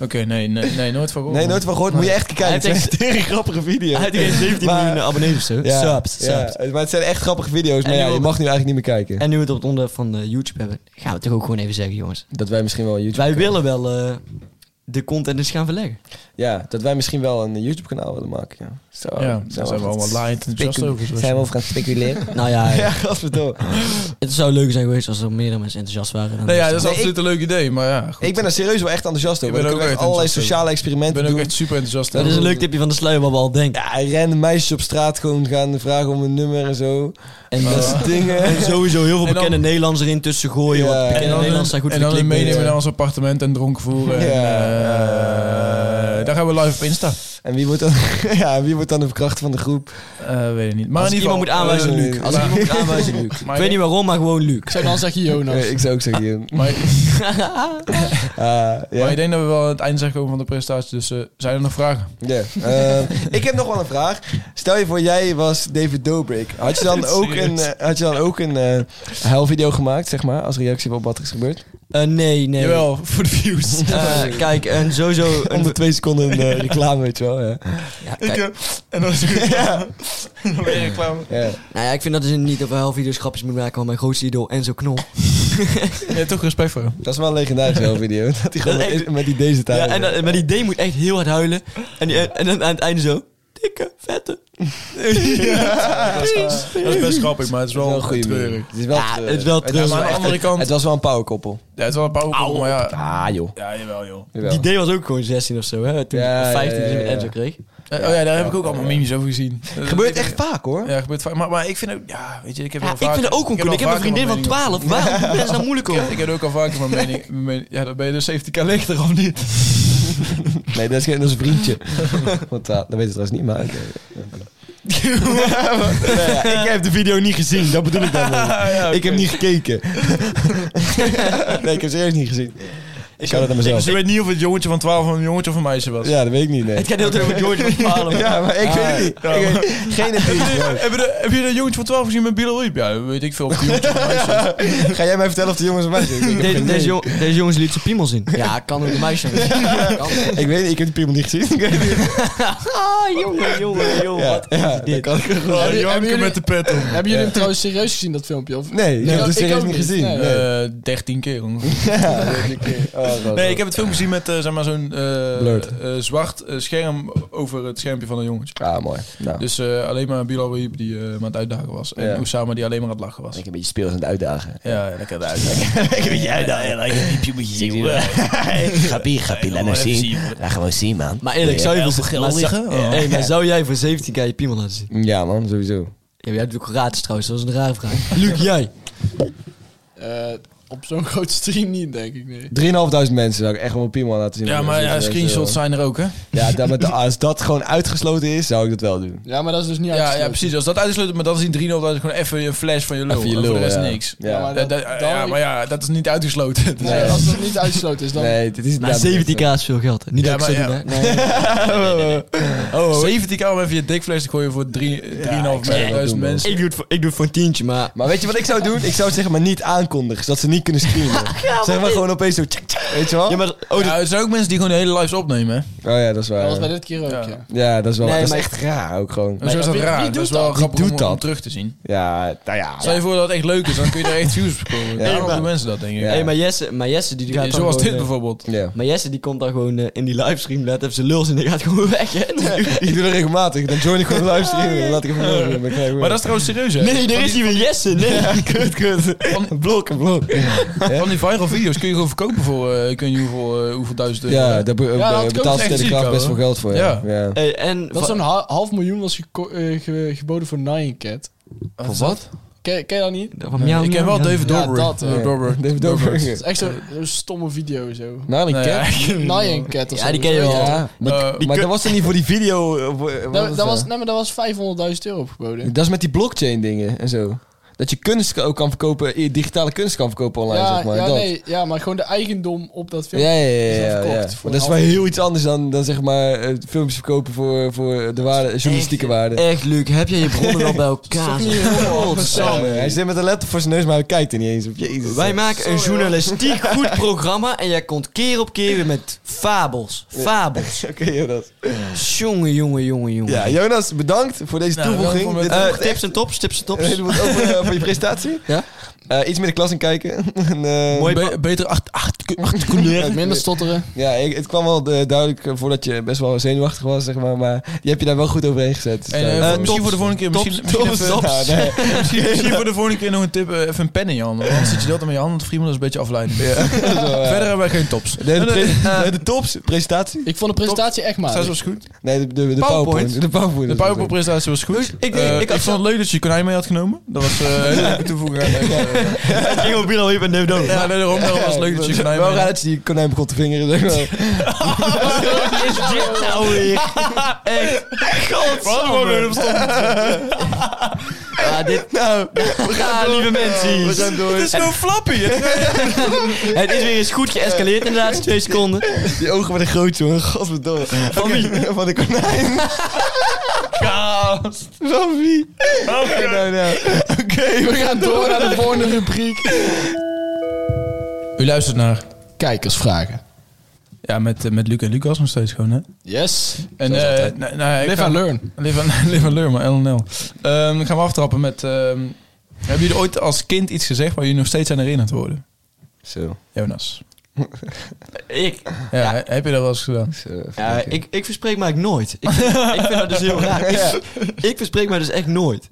S3: Oké, nee, nee, nee, nooit van gehoord.
S2: Nee, nooit van gehoord. Moet je echt kijken.
S4: Hij
S2: Het
S4: heeft
S2: zijn
S4: echt-
S2: echt grappige video's.
S4: Hij heeft geen 17
S2: Maar-
S4: miljoen abonnees of zo.
S2: Ja,
S4: Subs,
S2: ja,
S4: subs.
S2: maar het zijn echt grappige video's. Maar
S4: En
S2: ja,
S4: nu
S2: je
S4: op-
S2: mag nu eigenlijk niet meer kijken.
S4: En nu we het op het onderwerp van eh, YouTube hebben, gaan we het toch ook gewoon even zeggen, jongens.
S2: Dat wij misschien wel een YouTube...
S4: Wij willen wel eh, de content eens gaan verleggen.
S2: Ja, dat wij misschien wel een YouTube kanaal willen maken. Ja, zo,
S3: Ja, daar zijn we allemaal laaiend enthousiast
S2: Specul-
S3: over. zoals
S2: Zijn
S3: je-
S2: we over gaan speculeren?
S4: Nou ja,
S2: ja, godverdomme.
S4: het zou leuk zijn geweest als er meerdere mensen enthousiast waren.
S3: Nee, Nou ja, dat is
S2: Nee,
S3: absoluut een leuk idee, maar ja. goed.
S2: Ik ben er serieus wel echt enthousiast over.
S3: Ik ben
S2: Ik
S3: ook
S2: ook echt
S3: echt
S2: allerlei
S3: enthousiast
S2: sociale
S3: Ik
S2: experimenten
S3: ben ook
S2: doen.
S3: echt super enthousiast.
S4: dat is een leuk tipje van de sluier wat we al denken.
S2: Ja, rennen meisjes op straat gewoon gaan vragen om een nummer en zo.
S4: En
S2: Dat
S4: eh,
S2: soort dingen.
S4: en sowieso heel veel
S3: En dan-
S4: bekende Nederlanders erin tussen gooien.
S2: Ja.
S4: want
S3: En
S4: bekende
S3: dan,
S4: Nederlanders zijn goed eh.
S3: en
S4: voor de
S3: dan een
S4: clickbait.
S3: meenemen naar ons appartement en dronken voeren. En,
S2: Ja.
S3: eh, daar gaan we live op Insta.
S2: En wie wordt dan, ja, wie wordt dan de verkrachter van de groep?
S3: Eh, weet ik niet. Maar
S4: Als
S3: in
S4: ik iemand
S3: ieder
S4: moet
S3: geval,
S4: aanwijzen,
S3: eh,
S4: Luc. Als ik
S3: maar-
S4: iemand moet aanwijzen, Luc.
S3: maar-
S4: Ik weet niet waarom, maar gewoon Luc.
S5: Ik zou dan zeggen Jonas.
S2: Eh, ik zou ook zeggen Jim.
S3: Maar,
S2: Ah, ja.
S3: maar ik denk dat we wel aan het eind zijn gekomen van de presentatie. Dus eh, zijn er nog vragen?
S2: Ja. Ehm, ik heb nog wel een vraag. Stel je voor, jij was David Dobrik. Had je dan ook een, eh, had je dan ook een eh, huilvideo gemaakt, zeg maar, als reactie op wat er is gebeurd?
S4: Eh, nee, nee.
S3: Jawel, voor de views.
S4: Eh, kijk, en sowieso...
S2: Om de
S4: Een,
S2: twee seconden een eh, reclame, weet je wel. Ja.
S4: ja, kijk,
S3: en dan is het ja. Dan ben je reclame.
S2: Ja.
S4: nou ja, ik vind dat dus niet dat we half video's grapjes moeten maken van mijn grootste idool Enzo Knol.
S3: Je hebt toch respect voor hem.
S2: Dat is wel een legendarische huilvideo. Dat hij gewoon
S4: Dat echt-
S2: met- met die deze eh, taal.
S4: Ja, en, dan- maar die D moet echt heel hard huilen. En, die, en dan aan het einde zo... Dikke, vette.
S3: Dat is best grappig, maar het is wel,
S2: een goede
S3: treurig.
S2: Het is wel
S4: Ja,
S2: treurig.
S4: het is wel treurig.
S2: was
S3: Maar aan de
S2: echt-
S3: andere kant-
S2: Het was wel een powerkoppel.
S3: Ja, het is wel een paar hoeken, maar ja.
S2: Ah, joh.
S3: Ja, jawel, joh.
S2: Jawel.
S4: eh, Die D was ook gewoon 16 of zo, hè? Toen
S2: Ja, ja,
S4: hij 15
S2: ja, ja,
S4: dus
S2: ja.
S4: met Enzo kreeg.
S3: Eh, oh ja, daar heb ik ook allemaal memes over gezien.
S2: Gebeurt echt vaak, hoor.
S3: Ja, gebeurt vaak. Maar, maar ik vind ook... Ja, weet je, ik heb
S4: Ja,
S3: wel
S4: ik
S3: vaak-
S4: vind het ook onkundig. Ik heb
S3: al
S4: een
S3: vaker
S4: vriendin
S3: mijn
S4: van
S3: mening
S4: 12. Waarom doen mensen daar moeilijk
S3: over.
S4: over?
S3: Ik, ik heb ook al vaker mijn mening, mijn mening- Ja, dan ben je dus 70k lichter, of niet?
S2: Nee, dat is, geen- dat is een vriendje. Want ah, dat weet ik trouwens niet, maar... oké. Nee, ja, ik heb de video niet gezien, dat bedoel ik dan. Ik heb niet gekeken. nee, ik heb serieus niet gezien. Ik kan het aan mezelf.
S3: Dus je weet niet of het jongetje van 12 of een jongetje of een meisje was.
S2: Ja, dat weet ik niet, nee.
S4: Het gaat heel tijd over George van Ah, Palen.
S2: Ja, maar ik weet het niet.
S3: ja.
S2: Ik weet- geen idee.
S3: Heb, je, heb je de- heb je dat jongetje van 12 gezien met Bilal Riep? Ja, weet ik veel. Of die jongetje van meisje.
S2: Ga jij mij vertellen of de jongens een meisje is? Ik heb geen
S4: Deze,
S2: idee.
S4: deze, jong- deze jongens liet zijn piemel zien. Ja, kan ook een meisje zijn.
S2: Ik weet niet, ik heb de piemel niet gezien. Ik weet het niet.
S4: Ah, jongen, jongen, jongen.
S2: Ja,
S4: Wat
S2: ja,
S4: is
S2: dat
S4: dit?
S2: kan ik
S3: Oh,
S5: Hebben-
S3: janken
S5: hebben jullie-
S3: met de pet om.
S5: Hebben jullie hem trouwens serieus gezien, dat filmpje? Of?
S2: Nee, ik heb
S5: Ja,
S2: het
S5: ik
S2: serieus
S5: ook
S2: niet
S5: niet.
S2: gezien.
S5: Nee.
S2: nee.
S3: Eh, 13 keer. jongen.
S2: Ja, dat heb ik, eh, oh,
S3: Nee, ik heb het film gezien met eh, zeg maar, zo'n eh,
S2: Blurred.
S3: eh, zwart eh, scherm over het schermpje van een jongetje.
S2: Ah, mooi. Nou,
S3: Dus eh, alleen maar Bilal Wahib die eh, aan het uitdagen was. En
S2: Ja.
S3: Osama die alleen maar aan het lachen was.
S2: ik een beetje speels aan het uitdagen.
S3: Ja, ja, lekker de uitdagen.
S2: Ik weet jij daar heel erg moet je zien. Grappie, grappie, laat nou zien. Laat gewoon zien, man.
S4: Maar eerlijk, zou je voor geld
S3: liggen? Oh.
S4: Hey, maar zou jij voor 17k je piemel laten zien?
S2: Ja, man, sowieso.
S4: Ja, maar jij doet ook gratis trouwens, dat was een rare vraag. Luc, jij?
S5: Eh, op zo'n grote stream niet, denk ik. Nee.
S2: 3.500 mensen zou ik echt wel een piemel laten zien.
S3: Ja, maar ja, screenshots zijn er ook, hè?
S2: Ja, dat met de, als dat gewoon uitgesloten is, zou ik dat wel doen.
S5: Ja, maar dat is dus niet
S3: Ja, ja,
S5: uitgesloten.
S3: precies. Als dat uitgesloten maar dan zien 3 dat is gewoon even een flash van je lul.
S2: Even je
S3: en
S2: lul,
S3: voor de rest
S2: ja.
S3: niks.
S2: Ja.
S5: Ja, maar, dat,
S3: Eh, dat-
S5: dan-
S3: ja, maar ja, dat is niet uitgesloten. Dus
S5: Nee,
S3: ja.
S5: Als dat niet uitgesloten is, dan...
S2: Nee, dit is
S4: Maar 17k is veel geld. hè. Niet
S3: Ja,
S4: dat ik het
S3: maar
S4: zou
S3: ja.
S4: doen, hè? Nee.
S3: Oh, oh. 70 om even je dikfles te gooien voor drie- 3.500
S2: doen, man.
S3: mensen.
S4: Ik, doe het voor, ik doe het voor een tientje, maar...
S2: Maar weet je wat ik zou doen? Ik zou het zeg maar niet aankondigen, zodat ze niet kunnen streamen. zeg maar gewoon opeens zo, tjak, tjak, weet je wel?
S4: Ja, maar, oh,
S3: Ja, er zijn ook mensen die gewoon de hele lives opnemen. hè.
S2: Oh ja, dat is
S5: Dat was
S2: waar.
S5: bij dit keer ook, ja.
S2: Ja, dat is wel
S4: Nee,
S2: dat is
S4: maar-
S2: echt raar ook gewoon.
S3: Zo is dat
S5: wie- wie
S3: raar.
S5: doet
S3: dat is wel
S5: dat?
S3: grappig
S2: Wie
S3: om,
S2: doet
S3: om
S2: dat?
S3: terug te zien.
S2: Ja, nou ja.
S3: Stel je voor dat het echt leuk is, dan kun je er echt views op komen. Daarom
S4: maar-
S3: doen mensen dat, denk ik.
S2: Ja.
S4: hey, maar Jesse, maar Jesse die, die gaat dan
S3: Zoals
S4: gewoon,
S3: dit
S4: eh,
S3: bijvoorbeeld.
S2: Ja.
S4: Maar Jesse die komt dan gewoon eh, in die livestream, let even zijn lul en die gaat gewoon weg, hè?
S2: Ik doe dat regelmatig. Dan join ik gewoon de livestream en dan laat ik hem horen. Dan krijg ik weer-
S3: Maar dat is trouwens serieus, hè?
S4: Nee, daar is hij weer Jesse, nee.
S2: kut, kut. Blok, een blok.
S3: Van die viral video's kun je gewoon verkopen voor, eh, ik weet niet hoeveel, eh, hoevel duizend euro.
S2: Ja, daar be-
S5: Ja, dat
S2: be-
S5: komt
S2: betaalt
S3: echt
S2: Telegraaf
S3: ziek,
S2: best
S3: hoor.
S2: veel geld voor. Ja. Dus ja.
S4: Hey, en
S5: Dat
S4: va-
S5: zo'n ha- half miljoen was geko- eh, ge- geboden voor Nine Cat.
S3: Wat is dat?
S5: Ken, ken je dat niet?
S4: Van miauw,
S3: Ik ken
S4: miauw,
S3: wel
S4: miauw.
S3: David
S5: Ja,
S3: Dobrik.
S5: dat, hè.
S3: Eh, Dobrik.
S2: David
S5: Dat
S2: Dobrik.
S5: is echt zo'n zo'n stomme video zo.
S2: Nou, die
S3: Nee,
S2: cat.
S3: ja.
S5: Nyan Cat of
S4: Ja,
S5: zo.
S4: die ken je wel.
S2: Ja, maar,
S3: Eh,
S2: maar dat was dan niet voor die video. eh, voor- wat
S5: Dat,
S2: was
S5: dat was,
S2: dat?
S5: nee, maar dat was 500.000 euro opgeboden.
S2: Dat is met die blockchain dingen en zo. Dat je kunst ook kan verkopen, eh, digitale kunst kan verkopen online,
S5: ja,
S2: zeg maar.
S5: ja,
S2: dat.
S5: nee, ja, maar gewoon de eigendom op dat
S2: Ja, ja,
S5: filmpje.
S2: ja. ja,
S5: is dan
S2: ja.
S5: verkocht
S2: Maar
S5: voor
S2: dat is
S5: een
S2: wel
S5: half-
S2: heel iets anders dan, dan zeg maar eh, filmpjes verkopen voor, voor de waarde, journalistieke waarde.
S4: Echt, Luc, heb jij je bronnen wel bij elkaar?
S2: Ja, man. hij zit met een laptop voor zijn neus, maar hij kijkt er niet eens op. Jezus.
S4: Wij maken een journalistiek goed programma en jij komt keer op keer weer met fabels. Fabels.
S2: Oké, Jonas.
S4: Jongen, jongen, jongen, jongen.
S2: Ja, Jonas, bedankt voor deze
S3: Nou,
S2: toevoeging.
S3: welkom met-
S2: Dit
S4: Eh,
S2: wordt
S4: tips en tops, tips en
S2: Eh,
S4: tops.
S2: dit wordt over, eh, voor je presentatie.
S4: Ja?
S2: Eh, iets meer de klas in kijken. en, eh,
S4: Mooi.
S3: Be- beter acht, acht,
S5: Ja, Minder stotteren.
S2: Ja, ik- het kwam wel eh, duidelijk eh, voordat je best wel zenuwachtig was, zeg maar. Maar die heb je daar wel goed overheen gezet. Dus,
S3: En,
S2: eh,
S3: eh,
S2: eh,
S3: misschien
S4: tops,
S3: voor de volgende keer. Misschien,
S4: tops,
S3: misschien,
S4: tops,
S3: even,
S4: tops.
S2: nou, nee.
S3: misschien, misschien voor de volgende keer nog een tip. eh, even een pen in je hand. Want anders zit je dat aan je hand. Vrienden, dat is een beetje afleidend. Verder hebben wij geen tops.
S2: Nee, de,
S3: Eh, eh,
S2: pre- nee, de tops, presentatie.
S5: Ik vond de presentatie echt maar.
S3: Staat was goed.
S2: Nee, de, de, de
S3: PowerPoint.
S2: PowerPoint. De PowerPoint.
S3: De
S2: is
S3: PowerPoint presentatie was goed.
S4: ik-
S3: Eh,
S4: ik- ik
S3: ik
S4: had-
S3: vond het leuk dat je konijn mee had genomen. Dat was eh, een leuke toevoeging. aan deze, eh,
S4: Ik op Bilal Hip en Dave Dodo.
S3: Ja, nee, daarom daarom was het leuk dat je konijn
S2: Wel
S3: mee
S2: raar
S3: had.
S2: dat je die konijn begon te vingeren. Zeg maar.
S4: Wat is dit nou weer? Echt. Godsamme. Ah, dit... Nou, lieve mensen.
S3: Het is gewoon flappy. hè?
S4: Het is weer eens goed geëscaleerd in de laatste twee seconden.
S2: Die ogen werden groot, jongen. Godverdomme. Van wie? Van de konijn.
S3: Gast.
S2: Van wie? Nou, nou. Oké,
S5: We gaan door naar de volgende rubriek.
S3: U luistert naar...
S5: Kijkersvragen.
S3: Ja, met, eh, met Luc en Lucas nog steeds gewoon, hè?
S5: Yes.
S3: En,
S5: Zoals
S3: eh
S5: altijd.
S3: nou, nou, ja, ik
S5: Live
S3: ga-
S5: and learn.
S3: Live and, live and learn, maar LNL. Ehm, dan gaan we aftrappen met... ehm, hebben jullie ooit als kind iets gezegd waar jullie nog steeds aan herinnerd worden?
S2: Zo.
S3: Jonas.
S4: Ik,
S3: Ja, heb je dat wel eens gedaan?
S2: zo
S4: ja, Eh, ik, ik verspreek mij nooit. Ik vind, ik vind dat dus heel raar. Ik, ik verspreek mij dus echt nooit.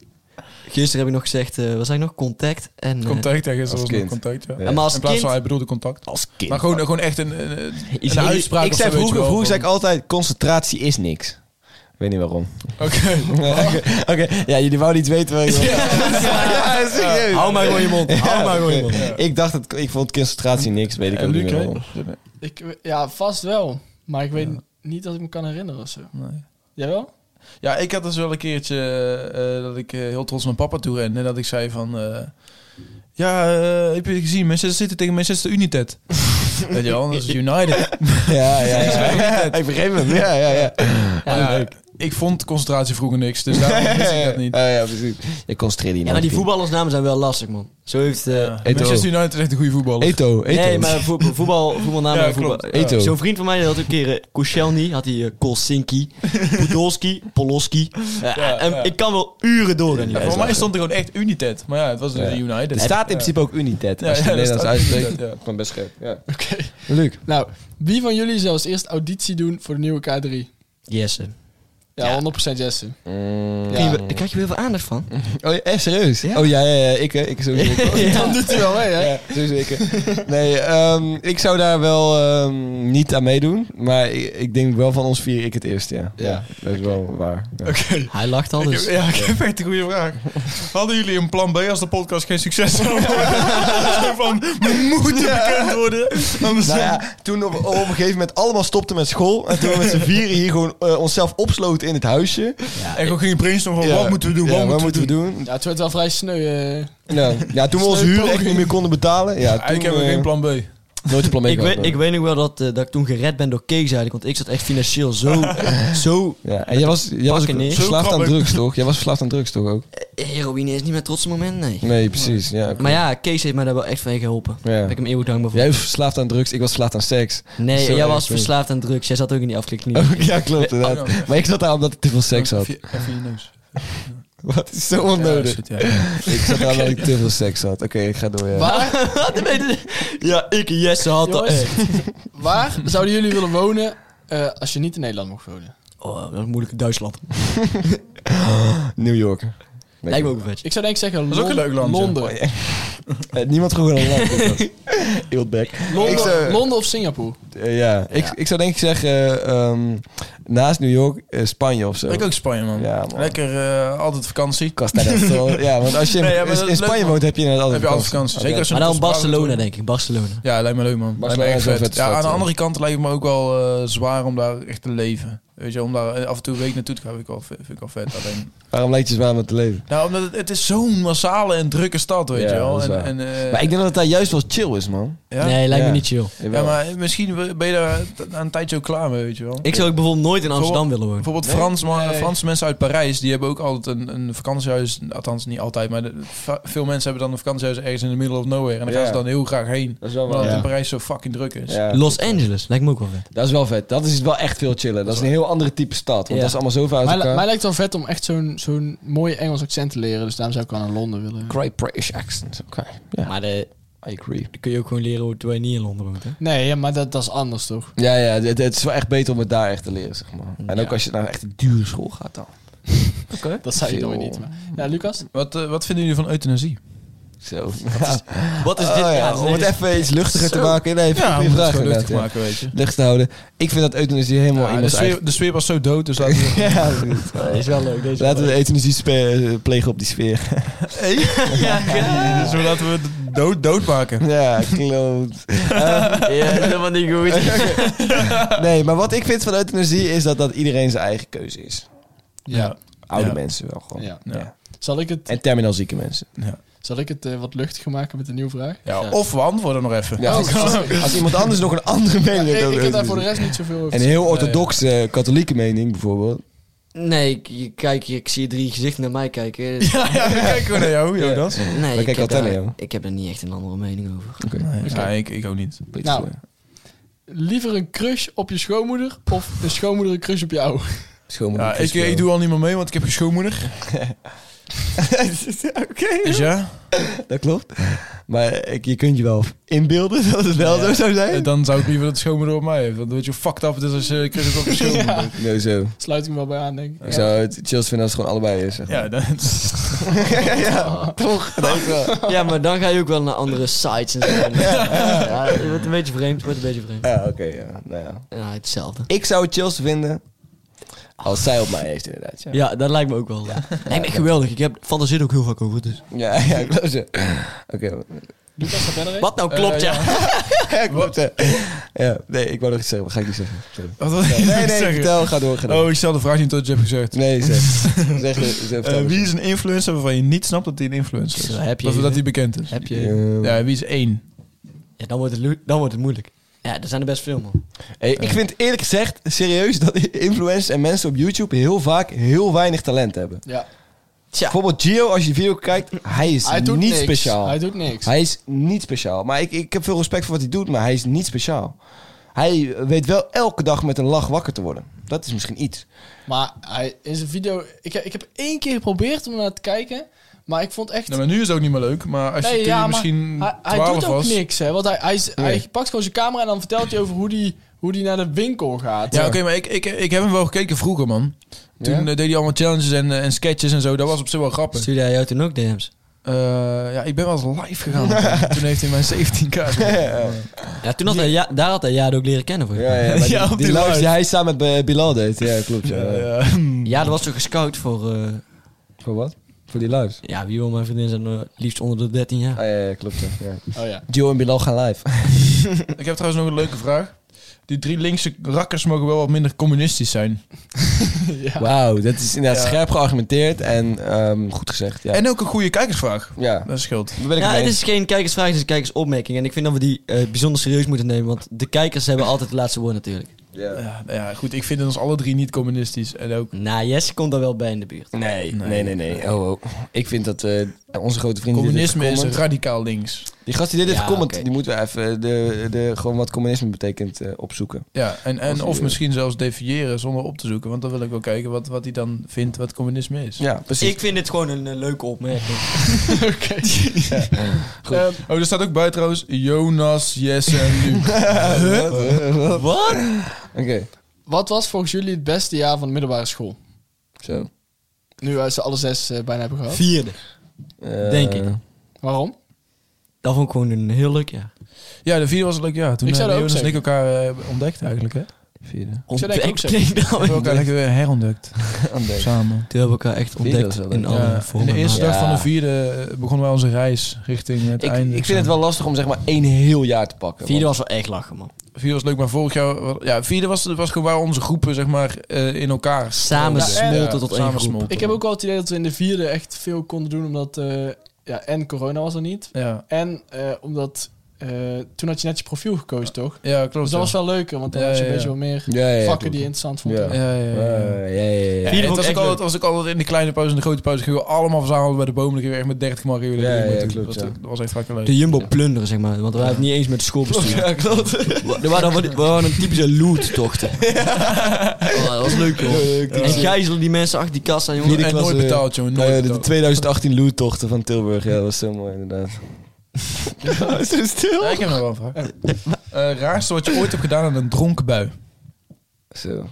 S4: Gisteren heb ik nog gezegd, eh wat zijn nog? Contact en... eh,
S3: Contact, ja, gisteren was
S2: Als
S3: nog
S2: kind.
S3: contact, ja.
S2: Ja.
S4: En maar als
S3: In plaats
S4: kind...
S3: van, hij bedoelde contact.
S2: Als kind.
S3: Maar gewoon, gewoon echt een, een, een
S4: heel-
S3: uitspraak
S2: ik
S3: of
S2: zei
S3: zo, weet je
S2: vroeger,
S3: wel,
S2: vroeger zei
S3: van-
S2: ik altijd, concentratie is niks. Ik weet niet waarom.
S3: Oké.
S2: Oké, oké. ja, jullie wouden iets weten. waar ik- Ja, serieus.
S4: Hou maar gewoon je mond. Hou maar gewoon je mond.
S2: Ik dacht, dat, ik vond concentratie niks, weet ik
S3: En
S2: ook
S3: Luc,
S2: niet meer waarom.
S3: hè?
S5: Ik, ja, vast wel. Maar ik weet niet dat ik me kan herinneren of zo.
S3: Nee.
S5: Jawel?
S3: Ja, ik had dus wel een keertje eh, eh, dat ik eh, heel trots naar papa toe rende. En dat ik zei van... eh, ja, eh, heb je gezien? Manchester zitten tegen Manchester United. Weet je wel, dat is United.
S2: Ja, ja, ja. Ik begreep hem. Ja, ja, ja.
S3: Ja, ik vond concentratie vroeger niks, dus daarom wist ik dat niet.
S2: Ah, ja, precies. Ik concentreer die nou
S4: Ja, maar die
S2: voetbal.
S4: voetballersnamen zijn wel lastig, man. Zo heeft... eh,
S3: Ja. Manchester United is echt een goede voetballer.
S2: Eto, Eto.
S4: Nee, maar voetbal, voetbal, voetbalnamen
S3: Ja,
S4: en voetbal.
S3: klopt.
S4: Ja.
S2: Eto.
S4: Zo'n vriend van mij die had een keer eh, Koscielny, had hij eh, Kolsinki, Podolski, Poloski. Eh,
S3: Ja,
S4: en
S3: ja.
S4: ik kan wel uren door. aan die
S3: Ja,
S4: lijst.
S3: voor mij stond er gewoon echt United, maar ja, het was dus
S2: Ja.
S3: de United.
S2: Er staat in principe ook United.
S3: Ja,
S2: als je
S3: ja,
S2: het
S3: er
S2: Nederlands
S3: staat
S2: uitspreekt.
S3: United, ja.
S2: Komt best scherp. Ja.
S5: Oké.
S2: Leuk.
S5: Nou, wie van jullie zou als eerst auditie doen voor de nieuwe K3?
S4: Jesse.
S5: Ja, 100% Jesse.
S4: Ja. daar krijg je weer veel aandacht van.
S2: Oh, ja, echt serieus?
S4: Ja.
S2: Oh ja, ja, ja, ik, hè, ik sowieso. Ik.
S5: Dan doet hij wel mee, hè?
S2: Ja, sowieso ik. hè. Nee, ehm, ik zou daar wel ehm, niet aan meedoen. Maar ik, ik denk wel van ons vier ik het eerst, ja. Ja, dat is wel waar. Ja.
S4: Hij lacht al dus.
S3: Ja, ik heb echt een goede vraag. Hadden jullie een plan B als de podcast geen succes zou worden? Zo van, we moeten bekend worden. Anders
S2: Nou ja, toen op, op een gegeven moment allemaal stopten met school. En toen we met z'n vieren hier gewoon eh, onszelf opsloten in het huisje.
S3: En gewoon ging brainstormen van,
S2: Ja.
S3: wat moeten we doen,
S2: Ja,
S3: wat moeten we doen?
S5: Ja, het werd wel vrij sneu. eh.
S2: Nou, ja, toen we onze huur echt niet meer konden betalen. Ja, toen,
S3: Eigenlijk hebben we
S2: eh,
S3: geen plan B.
S2: Nooit een plan B
S4: Ik
S2: gehad,
S4: weet,
S2: nee.
S4: ik weet nog wel dat, eh, dat ik toen gered ben door Kees eigenlijk. Want ik zat echt financieel zo... zo
S2: Ja, en jij was, jij was
S4: Pakken
S2: ook
S4: neer.
S2: verslaafd aan
S3: Zo
S2: drugs, toch? Jij was verslaafd aan drugs, toch ook?
S4: Eh, heroïne is niet mijn trotse moment, nee.
S2: Nee, precies. Ja,
S4: Maar ja, Kees heeft mij daar wel echt van geholpen.
S2: Ja.
S4: Daar ben ik hem eeuwig dankbaar voor.
S2: Jij was verslaafd aan drugs, ik was verslaafd aan seks.
S4: nee,
S2: Zo
S4: jij
S2: erg,
S4: was
S2: nee.
S4: verslaafd aan drugs. Jij zat ook in die afklikking.
S2: Oh, ja, klopt inderdaad.
S3: ja.
S2: Maar ik zat daar omdat ik te veel seks had.
S3: Even je- even je neus.
S2: Wat is zo
S3: Ja,
S2: onnodig.
S3: shit, ja, ja.
S2: Ik zat daar omdat ik te veel seks had. Oké, ik ga door. Ja.
S4: ja, ik en Jesse had dat
S5: Jongens.
S4: echt.
S5: Waar zouden jullie willen wonen eh, als je niet in Nederland mocht wonen?
S4: Oh, dat is moeilijk. Duitsland.
S2: New York. Nee,
S4: Lijkt me ook een vetje.
S5: Ik zou denk ik zeggen
S3: Dat is ook een
S5: Lon-
S3: leuk land, ja.
S5: Londen.
S2: Eh, niemand vroeg een land. dit was. Heel back. Ik
S5: Londen,
S2: zou,
S5: Londen of Singapore?
S2: eh, ja. Ik, ik zou denk ik zeggen, ehm, naast New York, eh, Spanje of zo.
S3: Ik ook Spanje, man.
S2: Ja, man.
S3: Lekker eh, altijd vakantie.
S2: Costa del Sol. Ja, want als je in,
S3: Nee, ja, maar dat
S2: in
S3: is leuk,
S2: Spanje
S3: man.
S2: woont, heb je inderdaad altijd
S3: Heb je altijd
S2: kans.
S3: vakantie. Zeker als je
S4: Maar
S3: een
S4: dan
S3: Costa Brava
S4: Barcelona,
S3: doet.
S4: denk ik. Barcelona.
S3: Ja, lijkt me leuk, man. Lijkt me
S2: Barcelona
S3: echt
S2: is wel
S3: vet.
S2: vet
S3: Ja,
S2: stad,
S3: aan de
S2: ja.
S3: andere kant lijkt het me ook wel eh, zwaar om daar echt te leven. Weet je, om daar eh, af en toe een week naartoe te gaan, vind ik wel, vind ik wel vet. Alleen,
S2: Waarom lijkt je zwaar om het te leven?
S3: nou, omdat het, het is zo'n massale en drukke stad, weet
S2: Ja,
S3: je wel.
S2: dat is
S3: En,
S2: waar.
S3: en, eh,
S2: Maar ik denk dat het daar juist wel chill is, man.
S3: ja?
S4: Nee, lijkt
S2: Ja.
S4: me niet chill.
S3: Ja, maar misschien ben je daar t- na een tijdje ook klaar mee, weet je wel.
S4: Ik zou ook bijvoorbeeld nooit in Amsterdam willen wonen.
S3: Bijvoorbeeld Frans, maar, Franse mensen uit Parijs, die hebben ook altijd een, een vakantiehuis. Althans, niet altijd, maar de- va- veel mensen hebben dan een vakantiehuis ergens in de middle of nowhere. En daar gaan
S2: Ja.
S3: ze dan heel graag heen.
S2: Dat is wel
S3: Omdat het
S2: ja.
S3: in Parijs zo fucking druk is.
S4: Los Angeles, lijkt me ook wel vet.
S2: Dat is wel vet. Dat is wel echt veel chiller. Dat is een heel andere type stad. Want
S4: Ja.
S2: dat is allemaal zoveel uit
S5: Mij,
S2: elkaar.
S5: mij lijkt het wel vet om echt zo'n zo'n mooi Engels accent te leren. Dus daarom zou ik wel naar Londen willen.
S2: Great British accent. Oké. Ja,
S4: Maar de,
S2: I agree.
S4: dan kun je ook gewoon leren hoe terwijl je niet in Londen woont, hè?
S5: Nee, ja, maar dat, dat is anders toch?
S2: Ja, ja het, het is wel echt beter om het daar echt te leren, zeg maar. En ook
S4: Ja.
S2: als je naar echt een dure school gaat dan.
S5: Dat zei je
S2: Veel.
S5: nooit niet. Maar. Ja, Lucas?
S3: Wat, eh, wat vinden jullie van euthanasie?
S2: Zo.
S4: Wat is
S2: Oh,
S4: dit?
S2: ja,
S4: Ja,
S2: om het even iets luchtiger te
S4: Zo.
S2: maken. Nee, even
S3: om
S2: goede
S3: het
S2: vraag.
S3: gewoon
S2: inderdaad,
S3: luchtig
S2: ja.
S3: maken, weet je.
S2: Luchtig te houden. Ik vind dat euthanasie helemaal
S3: Ja, dus
S2: iemands
S3: de, sfeer, de sfeer was zo dood, dus laten we...
S2: eigen- Ja, precies.
S4: is wel leuk. Deze
S2: Laten we de euthanasie spe- plegen op die sfeer.
S3: Dus we laten we de dood dood maken.
S2: ja, klopt.
S4: Ja, dat is helemaal niet goed.
S2: Nee, maar wat ik vind van euthanasie is dat dat iedereen zijn eigen keuze is.
S3: Ja.
S2: Oude
S3: Ja.
S2: mensen wel gewoon.
S5: Ja.
S3: Ja.
S5: Zal ik het,
S2: En terminaal zieke mensen.
S5: zal ik het eh, wat luchtiger maken met een nieuwe vraag?
S3: Ja, Of we antwoorden nog even.
S2: Ja, als, als iemand anders nog een andere mening heeft
S5: ik,
S2: over
S5: ik heb daar voor de
S2: euthanasie.
S5: rest niet zoveel over
S2: Een
S5: te
S2: heel orthodoxe eh, katholieke mening bijvoorbeeld.
S4: Nee, ik, je- kijk, ik zie drie gezichten naar mij kijken.
S3: Ja, ja, we kijken gewoon naar jou, Jonas.
S4: Nee, ik
S2: kijken
S4: heb,
S2: altijd naar
S4: daar,
S2: jou.
S4: ik heb er niet echt een andere mening over.
S3: Ja, ik, ik ook niet.
S2: Beetje eh,
S5: Nou.
S2: voor-
S5: zeggen. Liever een crush op je schoonmoeder of een schoonmoeder een crush op jou?
S2: schoonmoeder.
S3: Ja, ik,
S2: Christopher.
S3: ik doe al niet meer mee, want ik heb geen schoonmoeder.
S2: Oké.
S3: Dus ja,
S2: Dat klopt. Maar eh, ik, je kunt je wel inbeelden dat het wel zo zou
S3: eh,
S2: zijn.
S3: dan zou ik liever dat de schoonmoeder op mij heeft. Want weet je hoe fucked up het is als je Chris ook op je schoonmoeder hebt.
S2: Nee, zo.
S5: Sluit ik me wel bij aan, denk ik.
S2: Ik zou het chills vinden als het gewoon allebei is. Zeg maar.
S3: Ja, dat
S2: toch? Dat is wel.
S4: Ja, maar dan ga je ook wel naar andere sites en zo. Ja, het wordt een beetje vreemd, het wordt een beetje vreemd.
S2: Ja, oké. ja. Nou, ja.
S4: Ja, hetzelfde.
S2: Ik zou het chills vinden als zij op mij heeft inderdaad. Ja,
S4: Ja, dat lijkt me ook wel. Ja. Lijkt me echt geweldig. Ik heb fantasie ook heel vaak over. Dus.
S2: ja, ja klopt. ja. Oké.
S5: Lucas, gaat verder.
S4: Wat nou klopt, ja.
S2: Ja, klopt. ja. Ja, nee, ik wou nog iets zeggen, maar ga ik niet zeggen. Sorry.
S3: Wat wil je
S2: Nee, nee,
S3: zeggen?
S2: vertel, ga door. Ga door.
S3: Oh, ik stel de vraag niet tot je hebt gezegd.
S2: Nee, zeg. zeg, zeg, vertel
S3: Eh,
S2: eens.
S3: wie is een influencer waarvan je niet snapt dat hij een influencer is?
S4: Zo, heb je
S3: dat,
S4: hier,
S3: dat
S4: hè?
S3: hij bekend is.
S4: Heb je...
S2: Eh,
S3: Ja, wie is één?
S4: Ja, dan wordt het, lu- dan wordt het moeilijk. Ja, dat zijn er best veel, man.
S2: Hey, ik vind eerlijk gezegd, serieus, dat influencers en mensen op YouTube heel vaak heel weinig talent hebben.
S5: Ja.
S2: Bijvoorbeeld Gio, als je die video kijkt, hij is
S5: Hij doet
S2: niet
S5: niks.
S2: speciaal.
S5: Hij doet niks.
S2: Hij is niet speciaal. Maar ik, ik heb veel respect voor wat hij doet, maar hij is niet speciaal. Hij weet wel elke dag met een lach wakker te worden. Dat is misschien iets.
S5: Maar hij, in zijn video... Ik, heb- ik heb één keer geprobeerd om naar te kijken, maar ik vond echt...
S3: Nou, maar nu is het ook niet meer leuk, maar als je
S5: Nee,
S3: toen
S5: ja,
S3: je
S5: maar
S3: misschien
S5: hij, hij
S3: 12
S5: doet ook
S3: was...
S5: niks, hè. Want hij, hij, is-
S2: Nee.
S5: hij pakt gewoon zijn camera en dan vertelt hij over hoe die, hoe die naar de winkel gaat.
S3: Ja, oké, maar ik, ik, ik heb hem wel gekeken vroeger, man. Toen eh, deed hij allemaal challenges en, eh, en sketches en zo. Dat was op zich wel grappig.
S4: Stuurde hij jou toen ook DM's?
S3: Eh, ja, ik ben wel eens live gegaan. toen heeft hij mijn 17k.
S4: Ja, toen had hij, ja, daar had hij Jade ook leren kennen voor. Ja,
S2: ja,
S3: Ja, op
S2: die, die
S3: die
S2: lives
S3: live.
S2: die hij samen met eh, Bilal deed. Ja, klopt. Ja.
S4: dat was toch gescout voor... eh,
S2: Voor wat? Voor die lives.
S4: ja, wie wil mijn vriendin zijn eh, liefst onder de 13 jaar?
S2: Ah, ja, ja, klopt. ja, Ja.
S5: Oh ja.
S2: Gio en Bilal gaan live.
S3: Ik heb trouwens nog een leuke vraag. Die drie linkse rakkers mogen wel wat minder communistisch zijn.
S2: Wauw, dat is inderdaad
S3: Ja.
S2: scherp geargumenteerd en ehm, goed gezegd. Ja,
S3: En ook een goede kijkersvraag.
S2: ja.
S3: Dat scheelt.
S2: daar ben
S4: Ja,
S2: ik het mee
S4: het
S2: eens.
S4: is geen kijkersvraag, het is een kijkersopmerking. En ik vind dat we die eh, bijzonder serieus moeten nemen, want de kijkers hebben altijd het laatste woord natuurlijk.
S2: Ja.
S3: Ja, nou ja, goed. Ik vind ons alle drie niet communistisch. En ook...
S4: Nou, Jesse komt daar wel bij in de buurt.
S2: Nee, nee, nee, nee. Oh, oh. Ik vind dat eh, onze grote vriend... die dit
S3: Communisme is
S2: comment-
S3: radicaal links.
S2: Die gast die dit heeft
S4: Ja,
S2: gecomment,
S4: oké.
S2: die moeten we even de, de, gewoon wat communisme betekent eh, opzoeken.
S3: Ja, en,
S2: Als
S3: en
S2: hij
S3: of
S2: wil.
S3: misschien zelfs definiëren zonder op te zoeken. Want dan wil ik wel kijken wat, wat hij dan vindt wat communisme is.
S2: Ja, precies.
S4: Ik vind dit gewoon een eh, leuke opmerking.
S3: Oh, er staat ook bij trouwens Jonas, Jesse en Luc.
S4: Wat?
S2: Oké,
S5: Wat was volgens jullie het beste jaar van de middelbare school?
S2: zo.
S5: Nu als ze alle zes eh, bijna hebben gehad.
S4: Vierde.
S2: Eh,
S4: Denk ik.
S5: Waarom?
S4: Dat vond ik gewoon een heel leuk jaar.
S3: ja, de vier was een leuk jaar. Toen
S5: Ik zou
S3: hebben
S5: dat
S3: Jonas
S5: ook
S3: en ik elkaar eh, ontdekt eigenlijk, hè?
S2: Vierde.
S5: zou dat ook
S4: Ontdekt
S5: zeggen.
S4: ik nou
S3: We hebben elkaar
S4: niet.
S3: lekker weer herontdekt.
S2: Ander.
S3: Samen.
S4: Toen hebben we elkaar echt
S2: Vierde
S4: ontdekt
S2: is wel
S4: in
S2: leuk.
S4: alle
S3: Ja, in
S4: vormen.
S3: de eerste
S2: Ja.
S3: dag van de vierde eh, begonnen wij onze reis richting het
S2: Ik,
S3: einde.
S2: ik vind het wel lastig om zeg maar één heel jaar te pakken.
S4: Vierde
S2: want-
S4: was wel echt lachen, man.
S3: Vierde was leuk, maar vorig jaar... wa- Ja, vierde was, was gewoon waar onze groepen, zeg maar, eh, in elkaar...
S4: Samen
S3: Ja,
S4: smolten tot één
S3: samen
S4: groep.
S3: smolten.
S5: Ik heb ook wel het idee dat we in de vierde echt veel konden doen, omdat... eh, ja, en corona was er niet.
S3: Ja,
S5: En eh, omdat... eh, toen had je net je profiel gekozen, toch?
S3: ja klopt.
S5: Dus dat was wel leuker, want dan
S3: Ja,
S5: had je een
S3: ja,
S5: beetje
S3: ja.
S5: wat meer
S2: Ja, ja, ja,
S5: vakken
S2: klopt.
S5: die je interessant vond.
S2: Ja.
S3: Ja, ja, ja. ja.
S2: Eh, ja, ja, ja.
S3: Ja,
S4: Vierde vond
S3: het
S4: ik
S3: was ook,
S4: echt
S3: altijd, was ook altijd in de kleine pauze en de grote pauze. Gingen we allemaal verzamelen bij de bomen. Dan gingen we echt met 30 man gingen we
S2: Ja,
S3: er
S2: ja,
S3: naartoe.
S2: klopt,
S3: dat,
S2: ja.
S3: dat was echt fucking leuk.
S4: De Jumbo plunderen, zeg maar. Want wij hadden het niet eens met de schoolbestuur. Ja, klopt. We waren, we waren een typische loot-tochten. Oh, dat was leuk, hoor. En gijzelen die mensen achter die kassa, jongen.
S2: Vierde
S3: en nooit
S2: klasse-
S3: betaald, jongen. Nooit
S2: Nou ja, de, de
S3: betaald.
S2: 2018 loottochten van Tilburg, ja, dat was zo mooi inderdaad. zo stil.
S3: Ja, ik heb nog wel een vraag. Eh, raarste wat je ooit hebt gedaan aan een dronken bui.
S2: Zo.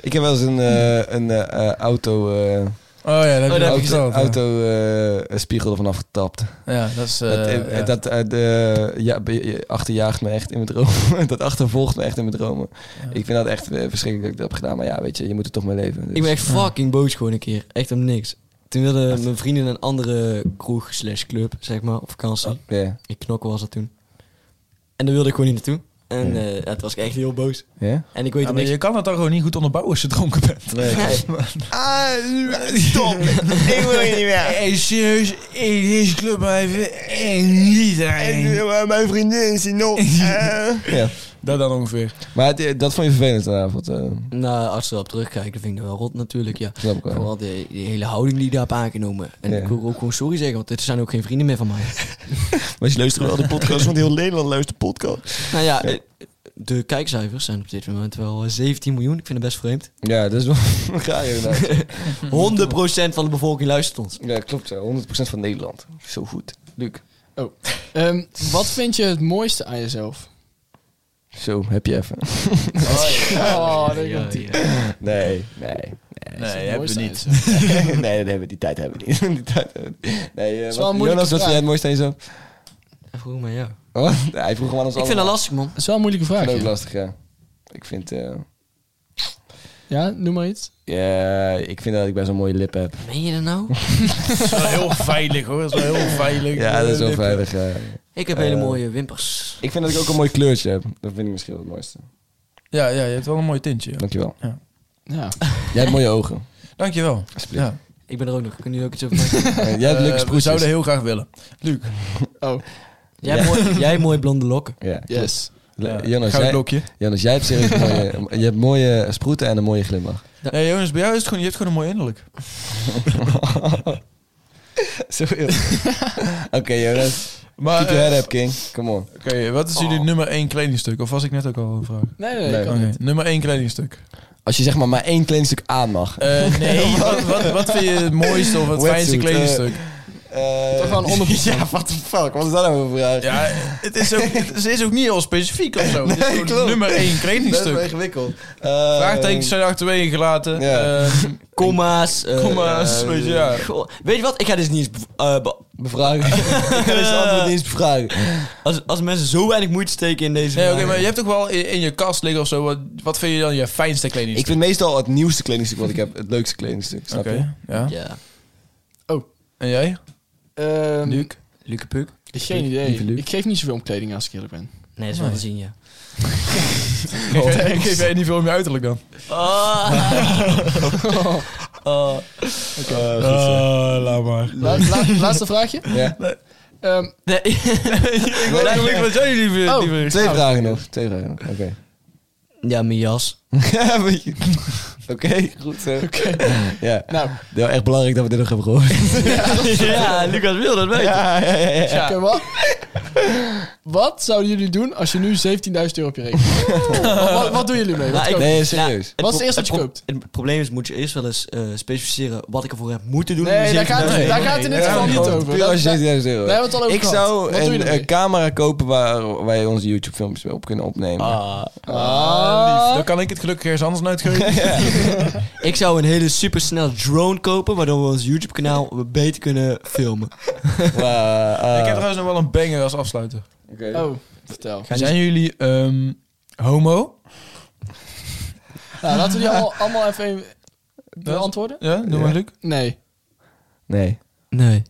S2: Ik heb wel eens een, eh, een eh, eh, auto, eh,
S3: Oh ja,
S4: Oh,
S3: dat heb je
S4: dat heb
S3: ook
S4: ik
S2: auto,
S3: verteld, ja.
S2: auto eh, spiegel ervan afgetapt.
S3: Ja, dat is... eh,
S2: dat eh,
S3: ja.
S2: dat eh, de- ja, be- je- achterjaagt me echt in mijn dromen. dat achtervolgt me echt in mijn dromen. Ik vind dat echt eh, verschrikkelijk dat ik dat heb gedaan. Maar ja, weet je, je moet er toch mee leven. dus-
S4: Ik ben echt fucking boos gewoon een keer. Echt om niks. Toen wilden mijn vrienden een andere kroeg slash club, zeg maar, op vakantie.
S2: Ja.
S4: Ik knokken was dat toen. En daar wilde ik gewoon niet naartoe. En eh ja, toen was ik echt heel boos.
S2: Ja?
S4: En ik weet
S3: Ja,
S4: het
S3: maar
S4: niks.
S3: je kan het dan gewoon niet goed onderbouwen als je dronken bent. Ah, stop. ik wil niet meer. Hey, serieus. Hey, deze club heeft echt niet eigenlijk.
S2: mijn vriendin is nog. ja.
S3: Dat dan ongeveer.
S2: Maar het, eh, dat vond je vervelend vanavond. eh,
S4: Nou, als je erop terugkijkt, dan vind ik dat wel rot natuurlijk, ja.
S2: snap ik wel.
S4: Vooral die, die hele houding die ik daar heb aangenomen. En
S2: Ja.
S4: ik wil ook gewoon sorry zeggen, want dit zijn ook geen vrienden meer van mij.
S2: Maar je luistert wel de podcast, want heel Nederland luistert podcast.
S4: nou ja, eh, de kijkcijfers zijn op dit moment wel eh, 17 miljoen. Ik vind het best vreemd.
S2: Ja, dat is wel graag inderdaad.
S4: 100% van de bevolking luistert ons.
S2: Ja, klopt zo. 100% van Nederland. Zo goed. Luc.
S5: Ehm, wat vind je het mooiste aan jezelf?
S2: Zo, heb je even.
S5: Oh, dat
S4: Ja,
S5: komt-ie.
S4: ja.
S2: Nee, nee.
S3: Nee,
S5: hebben we niet.
S2: nee, dat hebben we, die tijd hebben we niet. Die tijd hebben we niet. Nee, eh,
S5: is wel
S2: wat,
S5: een moeilijke
S2: Jonas, wat vind jij het mooiste aan jezelf?
S4: Vroeg maar jou.
S2: Oh, nee, hij vroeg hem aan ons
S4: Ik vind dat
S2: allemaal.
S4: lastig, man.
S5: Dat is wel een moeilijke vraag.
S2: Ik vind het ook
S5: ja.
S2: lastig, ja. Ik vind, eh,
S5: Ja, noem maar iets.
S2: ja, ik vind dat ik best een mooie lip heb.
S4: Meen je dat nou?
S3: Dat is wel heel veilig hoor. Dat is wel heel veilig.
S2: Ja, dat is wel
S3: Eh,
S2: veilig. ja.
S4: Ik heb hele mooie wimpers.
S2: Ik vind dat ik ook een mooi kleurtje heb. Dat vind ik misschien wel het mooiste.
S3: Ja, ja, je hebt wel een mooi tintje. ja.
S2: Dankjewel.
S5: Ja.
S2: Jij hebt mooie ogen.
S3: Dankjewel.
S2: Alsjeblieft.
S3: Ja.
S4: Ik ben er ook nog. Kunnen jullie ook iets over maken?
S2: Eh, Jij hebt leuke
S3: Eh, we
S2: sproetjes.
S3: zouden heel graag willen. Luc,
S5: Oh.
S4: Jij, hebt mooi, jij hebt mooie blonde lokken.
S2: Ja.
S5: Yes.
S2: Le-
S3: Ja.
S2: Jonas,
S3: Goud
S2: jij,
S3: blokje.
S2: Jonas, jij hebt serieus mooie, je hebt mooie sproeten en een mooie glimlach.
S3: Nee, Jonas, bij jou is het gewoon, je hebt gewoon een mooi innerlijk.
S2: Zo Oké, Jonas.
S3: Maar,
S2: Keep your head
S3: eh,
S2: up, King. Come on.
S3: Oké, wat is jullie nummer één kledingstuk? Of was ik net ook al een vraag?
S5: Nee, nee, nee.
S2: Nee.
S5: ik kan-
S3: Oké, nummer één kledingstuk.
S2: Als je zeg maar maar één klein stuk aan mag.
S3: Eh, nee, wat, wat, wat vind je het mooiste of het
S2: Wetsuit,
S3: fijnste kledingstuk?
S2: Eh,
S5: Toch wel een onderbroek.
S2: Ja, what the fuck? Wat is dat nou voor een vraag?
S3: ja, het is, ook, het is ook niet heel specifiek of zo. Het is
S2: Nee,
S3: gewoon
S2: klopt.
S3: nummer één
S2: Dat is wel
S3: kledingstuk.
S2: ingewikkeld. Eh,
S3: Vraagtekens zijn achterwege gelaten.
S2: Ja.
S3: Eh,
S4: Komma's. eh,
S3: Komma's,
S4: eh,
S3: weet je, ja.
S4: goh. Weet je wat? Ik ga dit niet eens bev- eh, be-
S2: Bevragen. Ik kan dus het antwoord niet eens bevragen.
S4: als, als mensen zo weinig moeite steken in deze
S3: nee, oké,
S4: vragen.
S3: maar je hebt toch wel in, in je kast liggen of zo. Wat, wat vind je dan je fijnste
S2: Ik
S3: kledingstuk?
S2: vind meestal het nieuwste kledingstuk wat ik heb het leukste kledingstuk. Snap
S3: Oké,
S2: je?
S3: ja.
S4: Ja.
S3: En jij?
S5: Ehm,
S3: Luc?
S4: Luke Puk?
S5: Geen
S2: Lieve Luc.
S5: idee. Ik geef niet zoveel om kleding als ik eerlijk ben.
S4: Nee, dat is wel te zien, ja.
S3: Ik geef jij niet veel om je uiterlijk dan.
S2: Eh, goed zo.
S3: Ah, laat maar.
S5: La- la- laatste vraagje.
S2: Ja.
S5: Ehm,
S4: Nee.
S3: Ik weet eigenlijk wat jij liever...
S5: Oh.
S3: liever-
S2: Twee vragen nog. Twee vragen nog. Oké.
S4: Ja, mijn jas.
S2: Oké, goed zo.
S5: Oké.
S2: Ja.
S5: nou,
S2: Ja, echt belangrijk dat we dit nog hebben gehoord.
S4: ja, Lucas wil dat weten.
S2: Ja, ja, ja. ja.
S5: oké, wat? Wat zouden jullie doen als je nu 17.000 euro op je rekening hebt? wat, wat- wat doen jullie mee? Wat
S4: Nou, ik-
S5: koop je?
S2: Nee, serieus.
S4: het
S5: Wat is het
S4: pro-
S5: eerste
S4: het
S5: wat je
S4: pro- Het probleem is, moet je eerst wel eens eh, specificeren wat ik ervoor heb moeten doen.
S5: Nee, daar gaat,
S4: het
S5: daar gaat het in dit
S2: Ja,
S5: geval niet
S2: gewoon
S5: over.
S2: puur
S5: Dat-
S2: als je
S5: daar-
S2: 17.000 euro.
S5: Daar hebben we het al over
S2: ik
S5: gehad.
S2: zou
S5: Wat doe je
S2: een
S5: ermee?
S2: eh, camera kopen waar wij onze YouTube filmpjes mee op kunnen opnemen.
S5: Oh,
S2: Eh,
S3: Ah, lief. Dan kan ik het gelukkig ergens anders uitgeven.
S4: Ik zou een hele supersnel drone kopen, waardoor we ons YouTube-kanaal beter kunnen filmen.
S2: Maar, eh,
S3: Ik heb trouwens nog wel een banger als afsluiter.
S2: oké.
S5: Oh, vertel.
S3: Zijn jullie ehm, homo?
S5: Nou, laten we die allemaal, allemaal even een- beantwoorden.
S3: Ja, noem
S2: Ja.
S3: maar Luc.
S5: Nee.
S2: Nee,
S4: Nee.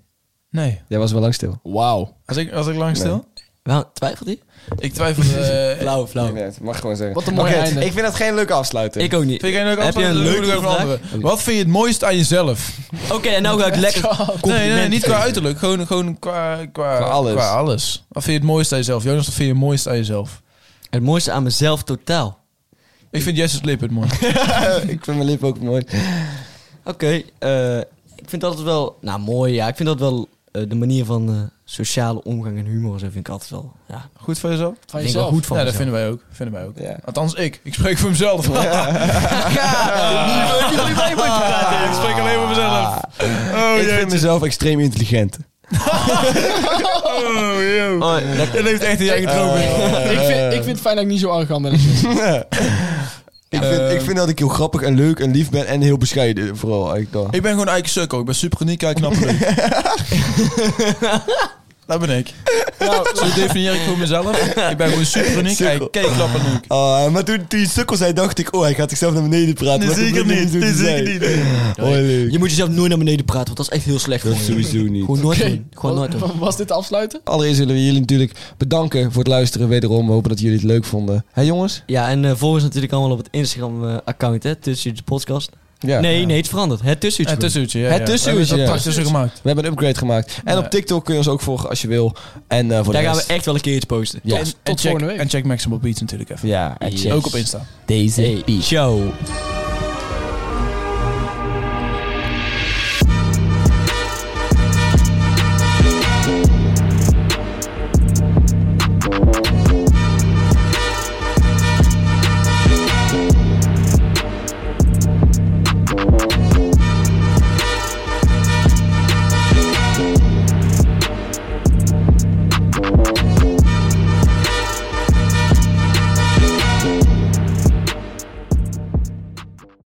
S3: Nee.
S2: jij was wel lang stil.
S5: Wauw.
S3: Als ik, als ik lang
S2: Nee.
S3: stil?
S4: Waarom twijfelt hij?
S3: Ik twijfel. eh,
S4: Flauw,
S2: Maakt
S4: flauw.
S2: niet uit, mag gewoon zeggen.
S5: Wat een mooi
S2: Oké,
S5: einde.
S2: Ik vind dat geen leuke afsluiter.
S4: Ik ook niet.
S3: vind jij nou leuk
S4: Heb je een leuke vraag?
S3: Wat vind je het mooist aan jezelf?
S4: Oké, en nou ga ik lekker
S3: Nee, nee,
S4: complimenten
S3: niet qua
S4: geven.
S3: uiterlijk. Gewoon, gewoon qua, qua,
S2: Qua alles.
S3: qua alles. Wat vind je het mooiste aan jezelf? Jonas, wat vind je het mooiste aan jezelf?
S4: Het mooiste aan mezelf totaal.
S3: Ik vind Jesse's lip het mooi.
S2: ik vind mijn lip ook mooi.
S4: Oké, eh, ik vind altijd wel... Nou, mooi, ja. Ik vind dat wel eh, de manier van eh, sociale omgang en humor. Zo vind ik altijd wel... Ja,
S3: Goed voor jezelf?
S5: Van
S4: vind ik wel
S5: jezelf.
S4: goed van
S3: ja, dat
S4: mezelf.
S3: vinden wij ook. Vinden wij ook.
S2: Ja.
S3: Althans, ik. Ik spreek voor mezelf.
S4: Ja, Oh, jullie mee moeten praten.
S3: ik spreek alleen voor mezelf. Oh,
S2: Ah. ik vind
S3: jeetje.
S2: mezelf extreem intelligent.
S3: Oh, yo.
S4: Oh, dat-
S3: Het heeft echt een jij gedroomd.
S5: ik, vind, ik vind het fijn dat ik niet zo arrogant ben als jullie.
S2: ik, vind, ik vind dat ik heel grappig en leuk en lief ben en heel bescheiden vooral. Eigenlijk dan.
S3: Ik ben gewoon Ike Sukko. Ik ben super geniek en knap en leuk. Dat ben ik.
S5: Nou.
S3: Zo definieer ik voor mezelf. Ik ben gewoon super geniek en kijk knap en leuk.
S2: Ah, maar toen, toen die sukkel zei, dacht ik, oh, hij gaat zichzelf naar beneden praten. Wat een lul om zo te zijn. Oh, leuk.
S4: je moet jezelf nooit naar beneden praten, want dat is echt heel slecht
S2: Dat
S4: voor je.
S2: sowieso niet.
S4: Gewoon nooit
S5: Oké.
S4: doen. Gewoon nooit doen.
S5: Was- Was dit de afsluiter?
S2: Allereerst willen we jullie natuurlijk bedanken voor het luisteren wederom. We hopen dat jullie het leuk vonden. Hé jongens?
S4: Ja, en eh volg ons natuurlijk allemaal op het Instagram-account, hè? Tussenuurtje podcast.
S2: Ja.
S4: Nee, nee, het is veranderd. Het Tussenuurtje.
S3: Het tussenuurtje, ja.
S2: Het
S3: ja.
S2: tussenuurtje,
S3: We hebben
S2: ja.
S3: dat tussen gemaakt.
S2: We hebben een upgrade gemaakt. En
S3: Ja.
S2: op TikTok kun je ons ook volgen als je wil. En eh, voor
S4: Daar
S2: de
S4: gaan we
S2: rest-
S4: echt wel een keer iets posten.
S2: Ja.
S3: En, check,
S5: Tot volgende week.
S3: en check Maximum Beats natuurlijk even.
S2: Ja, en check
S3: Ook op Insta.
S2: deze
S4: Hey,
S2: beat.
S4: ciao.